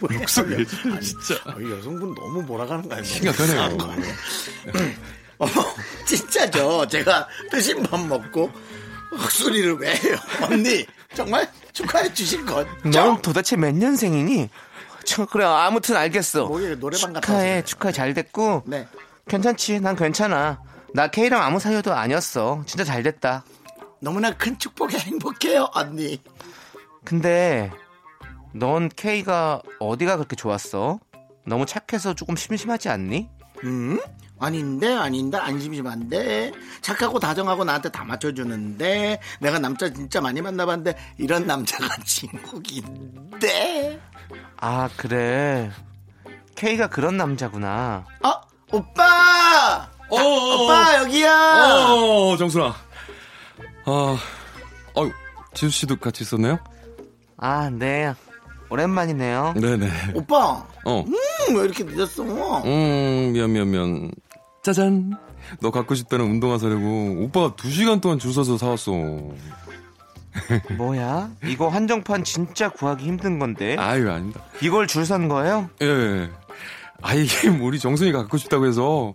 목소리 진짜. 아, 여성분 너무 몰아가는 거 아니에요? 뭐. 심각하네요. 이상한 거 아니에요? 어머, 진짜죠. 제가 뜨신 밥 먹고 헛소리를 왜 해요? 언니, 정말 축하해 주실 거죠? 너는 도대체 몇 년생이니? 저 그래 아무튼 알겠어. 뭐예요, 노래방 갔다 축하해 오시네. 축하 잘 됐고 네. 괜찮지? 난 괜찮아. 나 K랑 아무 사이도 아니었어. 진짜 잘 됐다. 너무나 큰 축복에 행복해요, 언니. 근데 넌 K가 어디가 그렇게 좋았어? 너무 착해서 조금 심심하지 않니? 음? 아닌데 아닌데 안 심심한데 착하고 다정하고 나한테 다 맞춰주는데 내가 남자 진짜 많이 만나봤는데 이런 남자가 진국인데 아 그래. K가 그런 남자구나. 어? 오빠! 어, 어, 오빠 여기야! 어, 정순아. 아, 어유 지수씨도 같이 있었네요? 아 네. 오랜만이네요. 네네. 오빠! 어. 음, 왜 이렇게 늦었어? 음, 미안, 미안, 미안. 짜잔. 너 갖고 싶다는 운동화 사려고 오빠가 두 시간 동안 줄 서서 사왔어. 네. 뭐야? 이거 한정판 진짜 구하기 힘든 건데. 아유, 아닙니다. 이걸 줄 선 거예요? 예, 예. 아, 이게 뭐 우리 정순이가 갖고 싶다고 해서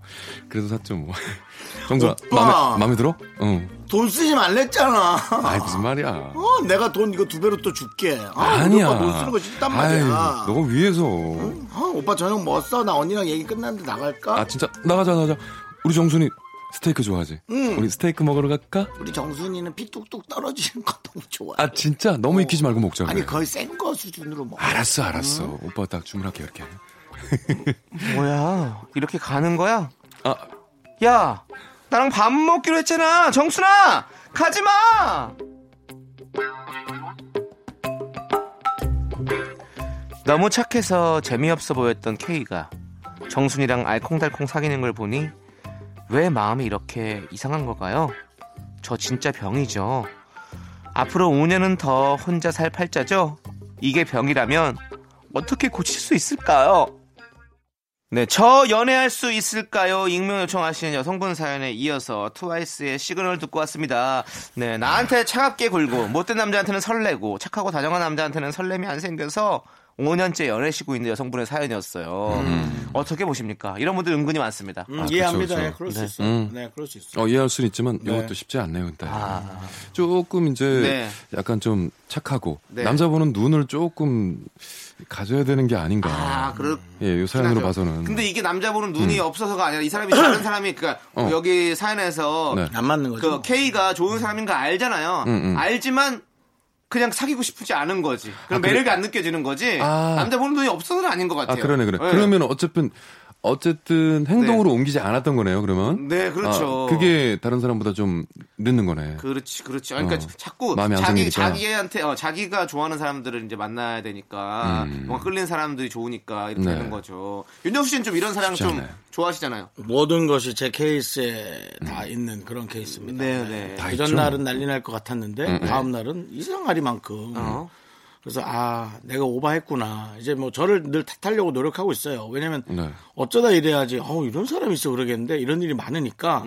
그래도 샀죠, 뭐. 정순아, 오빠! 마음에, 마음에 들어? 응. 돈 쓰지 말랬잖아. 아이, 무슨 말이야. 어, 내가 돈 이거 두 배로 또 줄게. 아, 우리 아니야. 오빠 돈 쓰는 거 싫단 말이야. 아이, 너가 위에서. 아, 오빠 저녁 먹었어? 나 언니랑 얘기 끝났는데 나갈까? 아, 진짜. 나가자, 나가자. 우리 정순이 스테이크 좋아하지? 응. 우리 스테이크 먹으러 갈까? 우리 정순이는 피 뚝뚝 떨어지는 거 너무 좋아. 아, 진짜? 너무 익히지 말고 먹자. 어. 아니 그래. 거의 센 거 수준으로 먹어. 알았어, 알았어. 오빠 딱 주문할게, 이렇게. 뭐야? 이렇게 가는 거야? 아, 야, 나랑 밥 먹기로 했잖아. 정순아, 가지 마. 너무 착해서 재미없어 보였던 K가 정순이랑 알콩달콩 사귀는 걸 보니 왜 마음이 이렇게 이상한 걸까요? 저 진짜 병이죠. 앞으로 5년은 더 혼자 살 팔자죠. 이게 병이라면 어떻게 고칠 수 있을까요? 네, 저 연애할 수 있을까요? 익명 요청하신 여성분 사연에 이어서 트와이스의 시그널 듣고 왔습니다. 네, 나한테 차갑게 굴고 못된 남자한테는 설레고 착하고 다정한 남자한테는 설렘이 안 생겨서 5년째 연애시고 있는 여성분의 사연이었어요. 어떻게 보십니까? 이런 분들 은근히 많습니다. 음, 아, 그쵸, 이해합니다. 그쵸. 예, 그럴 수 네. 있어. 음. 네, 그럴 수 있어. 어, 이해할 수는 있지만 네. 이것도 쉽지 않네요. 근데 아, 조금 이제 네. 약간 좀 착하고 네. 남자분은 눈을 조금 가져야 되는 게 아닌가. 아, 그렇. 예, 요 사연으로 하죠. 봐서는. 근데 이게 남자분은 눈이 없어서가 아니라 이 사람이 다른 사람이 그니까 어. 여기 사연에서 네. 안 맞는 거죠. 그 K가 좋은 사람인 거 알잖아요. 음, 음. 알지만 그냥 사귀고 싶지 않은 거지. 그럼 아, 그래? 매력이 안 느껴지는 거지. 아. 남자분은 눈이 없어서는 아닌 것 아, 같아요. 그러네, 그래. 네. 그러면 어쨌든 어쨌든 행동으로 옮기지 않았던 거네요. 그러면. 네, 그렇죠. 아, 그게 다른 사람보다 좀 늦는 거네. 그렇지, 그렇지. 그러니까 어. 자꾸 마음이 안 자기 생기니까. 자기한테 어, 자기가 좋아하는 사람들을 이제 만나야 되니까 음. 뭔가 끌린 사람들이 좋으니까 이렇게 네. 되는 거죠. 윤정수 씨는 좀 이런 사랑 쉽지 좀 않아요. 좋아하시잖아요. 그 모든 것이 제 케이스에 네. 다 있는 그런 케이스입니다. 네, 네. 다 있죠. 예. 이전 날은 난리 날 것 같았는데 다음 날은 이상하리만큼 어. 그래서 아 내가 오바했구나 이제 뭐 저를 늘 탓하려고 노력하고 있어요 왜냐면 네. 어쩌다 이래야지 어 이런 사람이 있어 그러겠는데 이런 일이 많으니까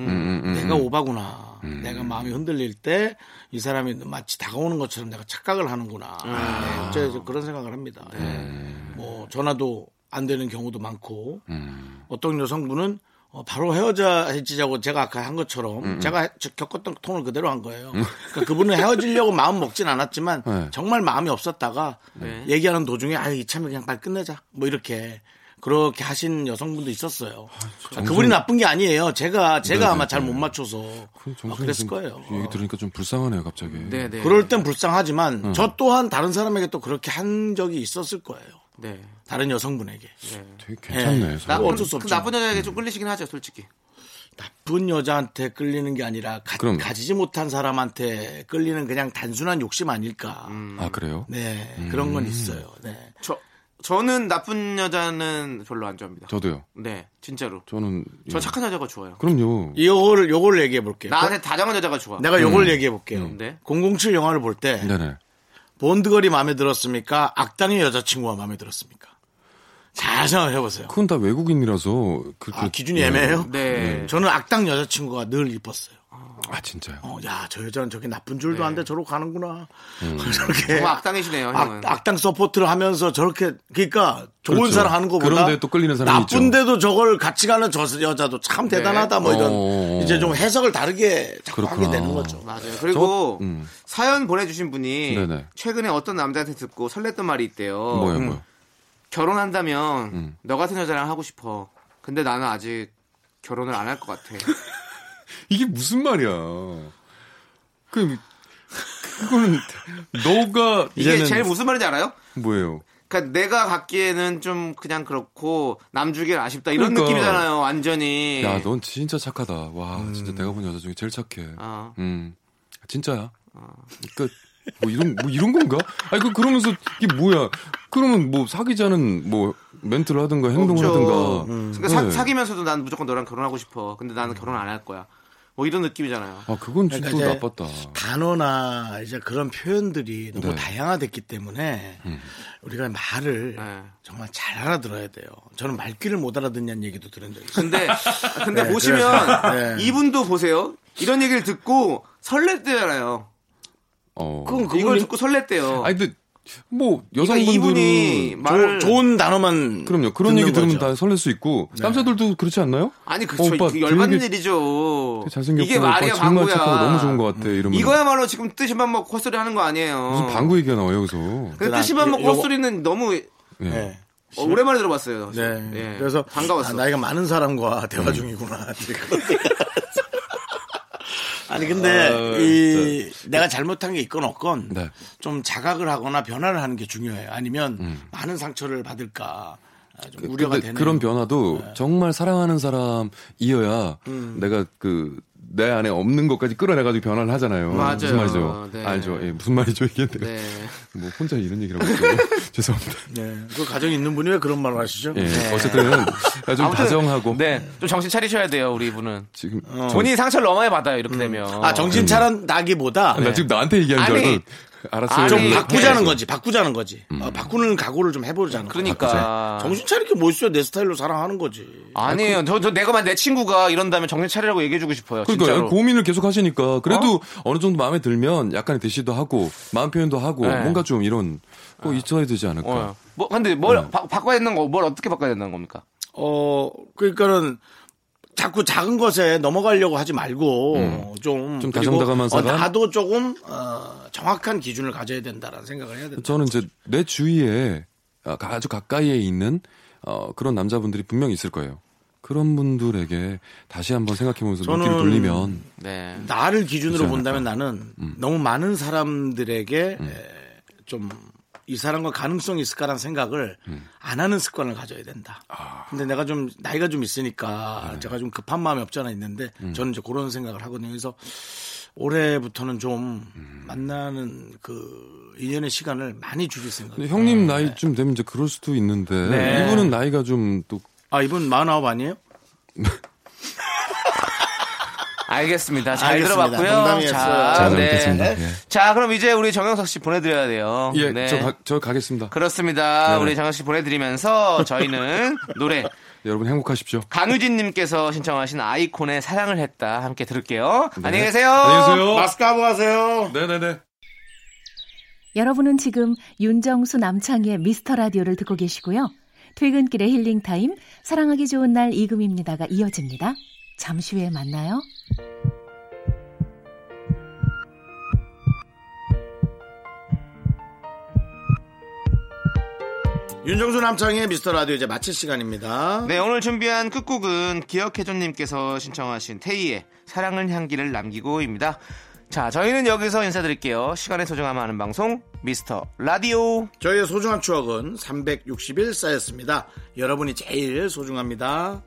내가 오바구나 내가 마음이 흔들릴 때 이 사람이 마치 다가오는 것처럼 내가 착각을 하는구나 네, 어째서 그런 생각을 합니다 예. 뭐 전화도 안 되는 경우도 많고 음. 어떤 여성분은 어, 바로 헤어지자고 제가 아까 한 것처럼 음, 제가 해- 저- 겪었던 통을 그대로 한 거예요. 그러니까 그분은 헤어지려고 마음 먹진 않았지만 네. 정말 마음이 없었다가 네. 얘기하는 도중에 아 이참에 그냥 빨리 끝내자 뭐 이렇게 그렇게 하신 여성분도 있었어요. 그러니까 그분이 나쁜 게 아니에요. 제가 제가 아, 네, 아마 네, 잘 네. 못 맞춰서 정선이 아, 그랬을 지금 거예요. 어. 얘기 들으니까 좀 불쌍하네요, 갑자기. 네, 네. 그럴 땐 불쌍하지만 어. 저 또한 다른 사람에게 또 그렇게 한 적이 있었을 거예요. 네. 다른 여성분에게 되게 괜찮네. 예. 서로. 나, 그거 어쩔 수 그 없죠. 나쁜 여자에게 좀 끌리시긴 하죠, 솔직히. 나쁜 여자한테 끌리는 게 아니라 가, 그럼요. 가지지 못한 사람한테 끌리는 그냥 단순한 욕심 아닐까. 음. 아, 그래요? 네 그런 음. 건 있어요. 네. 저 저는 나쁜 여자는 별로 안 좋아합니다. 저도요. 네, 진짜로. 저는 저 예. 착한 여자가 좋아요. 그럼요. 요거를 요걸 얘기해 볼게요. 나한테 다정한 여자가 좋아. 네. 내가 요걸 얘기해 볼게요. 음. 네. 007 영화를 볼 때 네네. 본드걸이 마음에 들었습니까? 악당의 여자친구가 마음에 들었습니까? 잘 생각해 보세요. 그건 다 외국인이라서 그, 아, 그- 기준이 예. 애매해요. 네. 저는 악당 여자친구가 늘 이뻤어요. 아, 진짜요. 어, 야, 저 여자는 저게 나쁜 줄도 네. 안 돼. 저러고 가는구나. 음. 저렇게. 정말 악당이시네요, 형은. 악, 당 서포트를 하면서 저렇게 그러니까 좋은 그렇죠. 사람 하는 거보다 그런데 또 끌리는 사람이 있죠. 나쁜데도 저걸 같이 가는 저 여자도 참 네. 대단하다 뭐 이런 어. 이제 좀 해석을 다르게 자꾸 그렇구나. 하게 되는 거죠. 맞아요. 그리고 저- 음. 사연 보내주신 분이 네네. 최근에 어떤 남자한테 듣고 설렜던 말이 있대요. 뭐요, 음. 뭐요. 결혼한다면 음. 너 같은 여자랑 하고 싶어. 근데 나는 아직 결혼을 안 할 것 같아. 이게 무슨 말이야. 그, 그거는, 너가, 이게 이제는 제일 무슨 말인지 알아요? 뭐예요? 그러니까 내가 갖기에는 좀 그냥 그렇고 남주길 아쉽다 이런 그러니까. 느낌이잖아요. 완전히. 야, 넌 진짜 착하다. 와, 진짜 내가 본 여자 중에 제일 착해. 아. 음, 진짜야. 끝. 뭐 이런, 뭐 이런 건가? 아니, 그, 그러면서 이게 뭐야. 그러면 뭐 사귀자는 뭐 멘트를 하든가 행동을 없죠. 하든가. 그러니까 사- 네. 음. 사귀면서도 난 무조건 너랑 결혼하고 싶어. 근데 나는 결혼 안 할 거야. 뭐 이런 느낌이잖아요. 아, 그건 진짜 그러니까 이제 나빴다. 단어나 이제 그런 표현들이 너무 네. 음. 다양화됐기 때문에 우리가 말을 네. 정말 잘 알아들어야 돼요. 저는 말귀를 못 알아듣냐는 얘기도 들은 적이 있어요. 근데 근데 네, 그래서, 보시면 네. 이분도 보세요. 이런 얘기를 듣고 설렜대잖아요. 어. 그건 이걸 그걸 듣고 설�댔대요. 아니, 근데 뭐 그러니까 여성분들은. 이분이 말을 좋은 단어만 그럼요. 그런 얘기 듣는 들으면 거죠. 네. 다 설렐 수 있고 남자들도 그렇지 않나요? 아니 어, 그쵸 오빠 그 열받는 되게- 일이죠. 되게 잘생겼고 이게 말이야 오빠 정말 방구야. 착하고 너무 좋은 것 같아. 이러면 이거야말로 어. 지금 뜻이만 먹고 헛소리 하는 거 아니에요. 무슨 방구 얘기가 나와요 여기서. 근데 그 뜻이만 요- 먹고 요거- 헛소리는 너무 예. 네. 어, 오랜만에 들어봤어요. 네. 예. 그래서 반가웠어. 아, 나이가 많은 사람과 음. 대화 중이구나. 지금. 아니 근데 이 내가 잘못한 게 있건 없건 어, 네. 좀 자각을 하거나 변화를 하는 게 중요해요. 아니면 많은 상처를 받을까 아, 좀 우려가 근데 되는 음. 그런 변화도 네. 정말 사랑하는 사람이어야 음. 내가 그 내 안에 없는 것까지 끌어내가지고 변화를 하잖아요. 맞아요. 무슨 말이죠? 네. 알죠? 예, 무슨 말이죠? 이게 내가 네. 뭐 혼자 이런 얘기라고 했어요. 죄송합니다. 네. 그 가정이 있는 분이 왜 그런 말을 하시죠? 예, 네. 어쨌든 좀 아무튼, 다정하고 네. 어. 좀 정신 차리셔야 돼요, 우리 이분은. 지금 음. 본인 상처를 너무 많이 받아요, 이렇게 되면. 아 정신 차란다기보다 예, 나 지금 나한테 얘기하는 줄 네. 아니, 알고 알았어요. 예. 음. 좀 아니, 바꾸자는 해야죠. 거지, 바꾸자는 거지. 어, 바꾸는 각오를 좀 해보자는 거지. 그러니까 정신 차리게 뭐 멋있어 내 스타일로 사랑하는 거지. 아니에요. 저, 저 내가 만내 친구가 이런다면 정신 차리라고 얘기해주고 싶어요. 그 그러니까 진짜로. 고민을 계속 하시니까 그래도 어? 느 정도 마음에 들면 약간의 대시도 하고 마음 표현도 하고 네. 뭔가 좀 이런 꼭 잊혀야 되지 않을까. 어. 뭐 근데 뭘 어. 바, 바꿔야 되는 거 뭘 어떻게 바꿔야 되는 겁니까? 어, 그러니까는 자꾸 작은 것에 넘어가려고 하지 말고 좀, 음. 좀 그리고 다정다감한 어, 나도 조금 어, 정확한 기준을 가져야 된다라는 생각을 해야 된다. 저는 이제 내 주위에 아, 가- 아주 가까이에 있는 어, 그런 남자분들이 분명 있을 거예요. 그런 분들에게 다시 한번 생각해보면서 눈길을 저는- 돌리면 네. 나를 기준으로 그렇지 음. 본다면 나는 너무 많은 사람들에게 좀 이 사람과 가능성이 있을까라는 생각을 음. 안 하는 습관을 가져야 된다. 아. 근데 내가 좀 나이가 좀 있으니까 네. 제가 좀 급한 마음이 없잖아 있는데 저는 이제 그런 생각을 하거든요. 그래서 올해부터는 좀 음. 만나는 그 인연의 시간을 많이 줄일 네. 생각. 근데 형님 네. 나이쯤 되면 이제 그럴 수도 있는데 네. 이분은 나이가 좀 또 아 이분 마흔아홉 아니에요? 알겠습니다. 잘 알겠습니다. 들어봤고요. 농담이었어요. 자, 잘 네. 들었겠습니다. 예. 자, 그럼 이제 우리 정영석 씨 보내드려야 돼요. 예, 네. 저, 가, 저 가겠습니다. 그렇습니다. 네. 우리 정영석 씨 보내드리면서 저희는 노래 여러분 행복하십시오. 강유진님께서 신청하신 아이콘의 사랑을 했다 함께 들을게요. 안녕히 계세요. 네. 안녕히 계세요. 마스크 하고 가세요. 네네네. 여러분은 지금 윤정수 남창희의 미스터 라디오를 듣고 계시고요. 퇴근길의 힐링 타임, 사랑하기 좋은 날 이금입니다가 이어집니다. 잠시 후에 만나요. 윤정수 남창의 미스터 라디오 이제 마칠 시간입니다. 네, 오늘 준비한 끝곡은 기억해줘님께서 신청하신 테이의 사랑은 향기를 남기고입니다. 자, 저희는 여기서 인사드릴게요. 시간의 소중함 아는 방송, 미스터 라디오. 저희의 소중한 추억은 361 쌓였습니다. 여러분이 제일 소중합니다.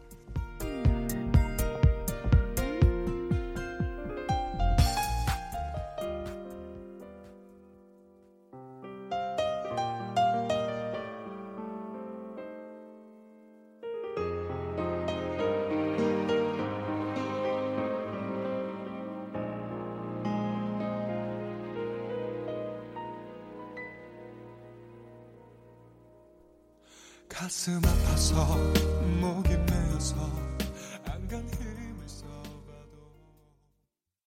가슴 아파서 목이 메어서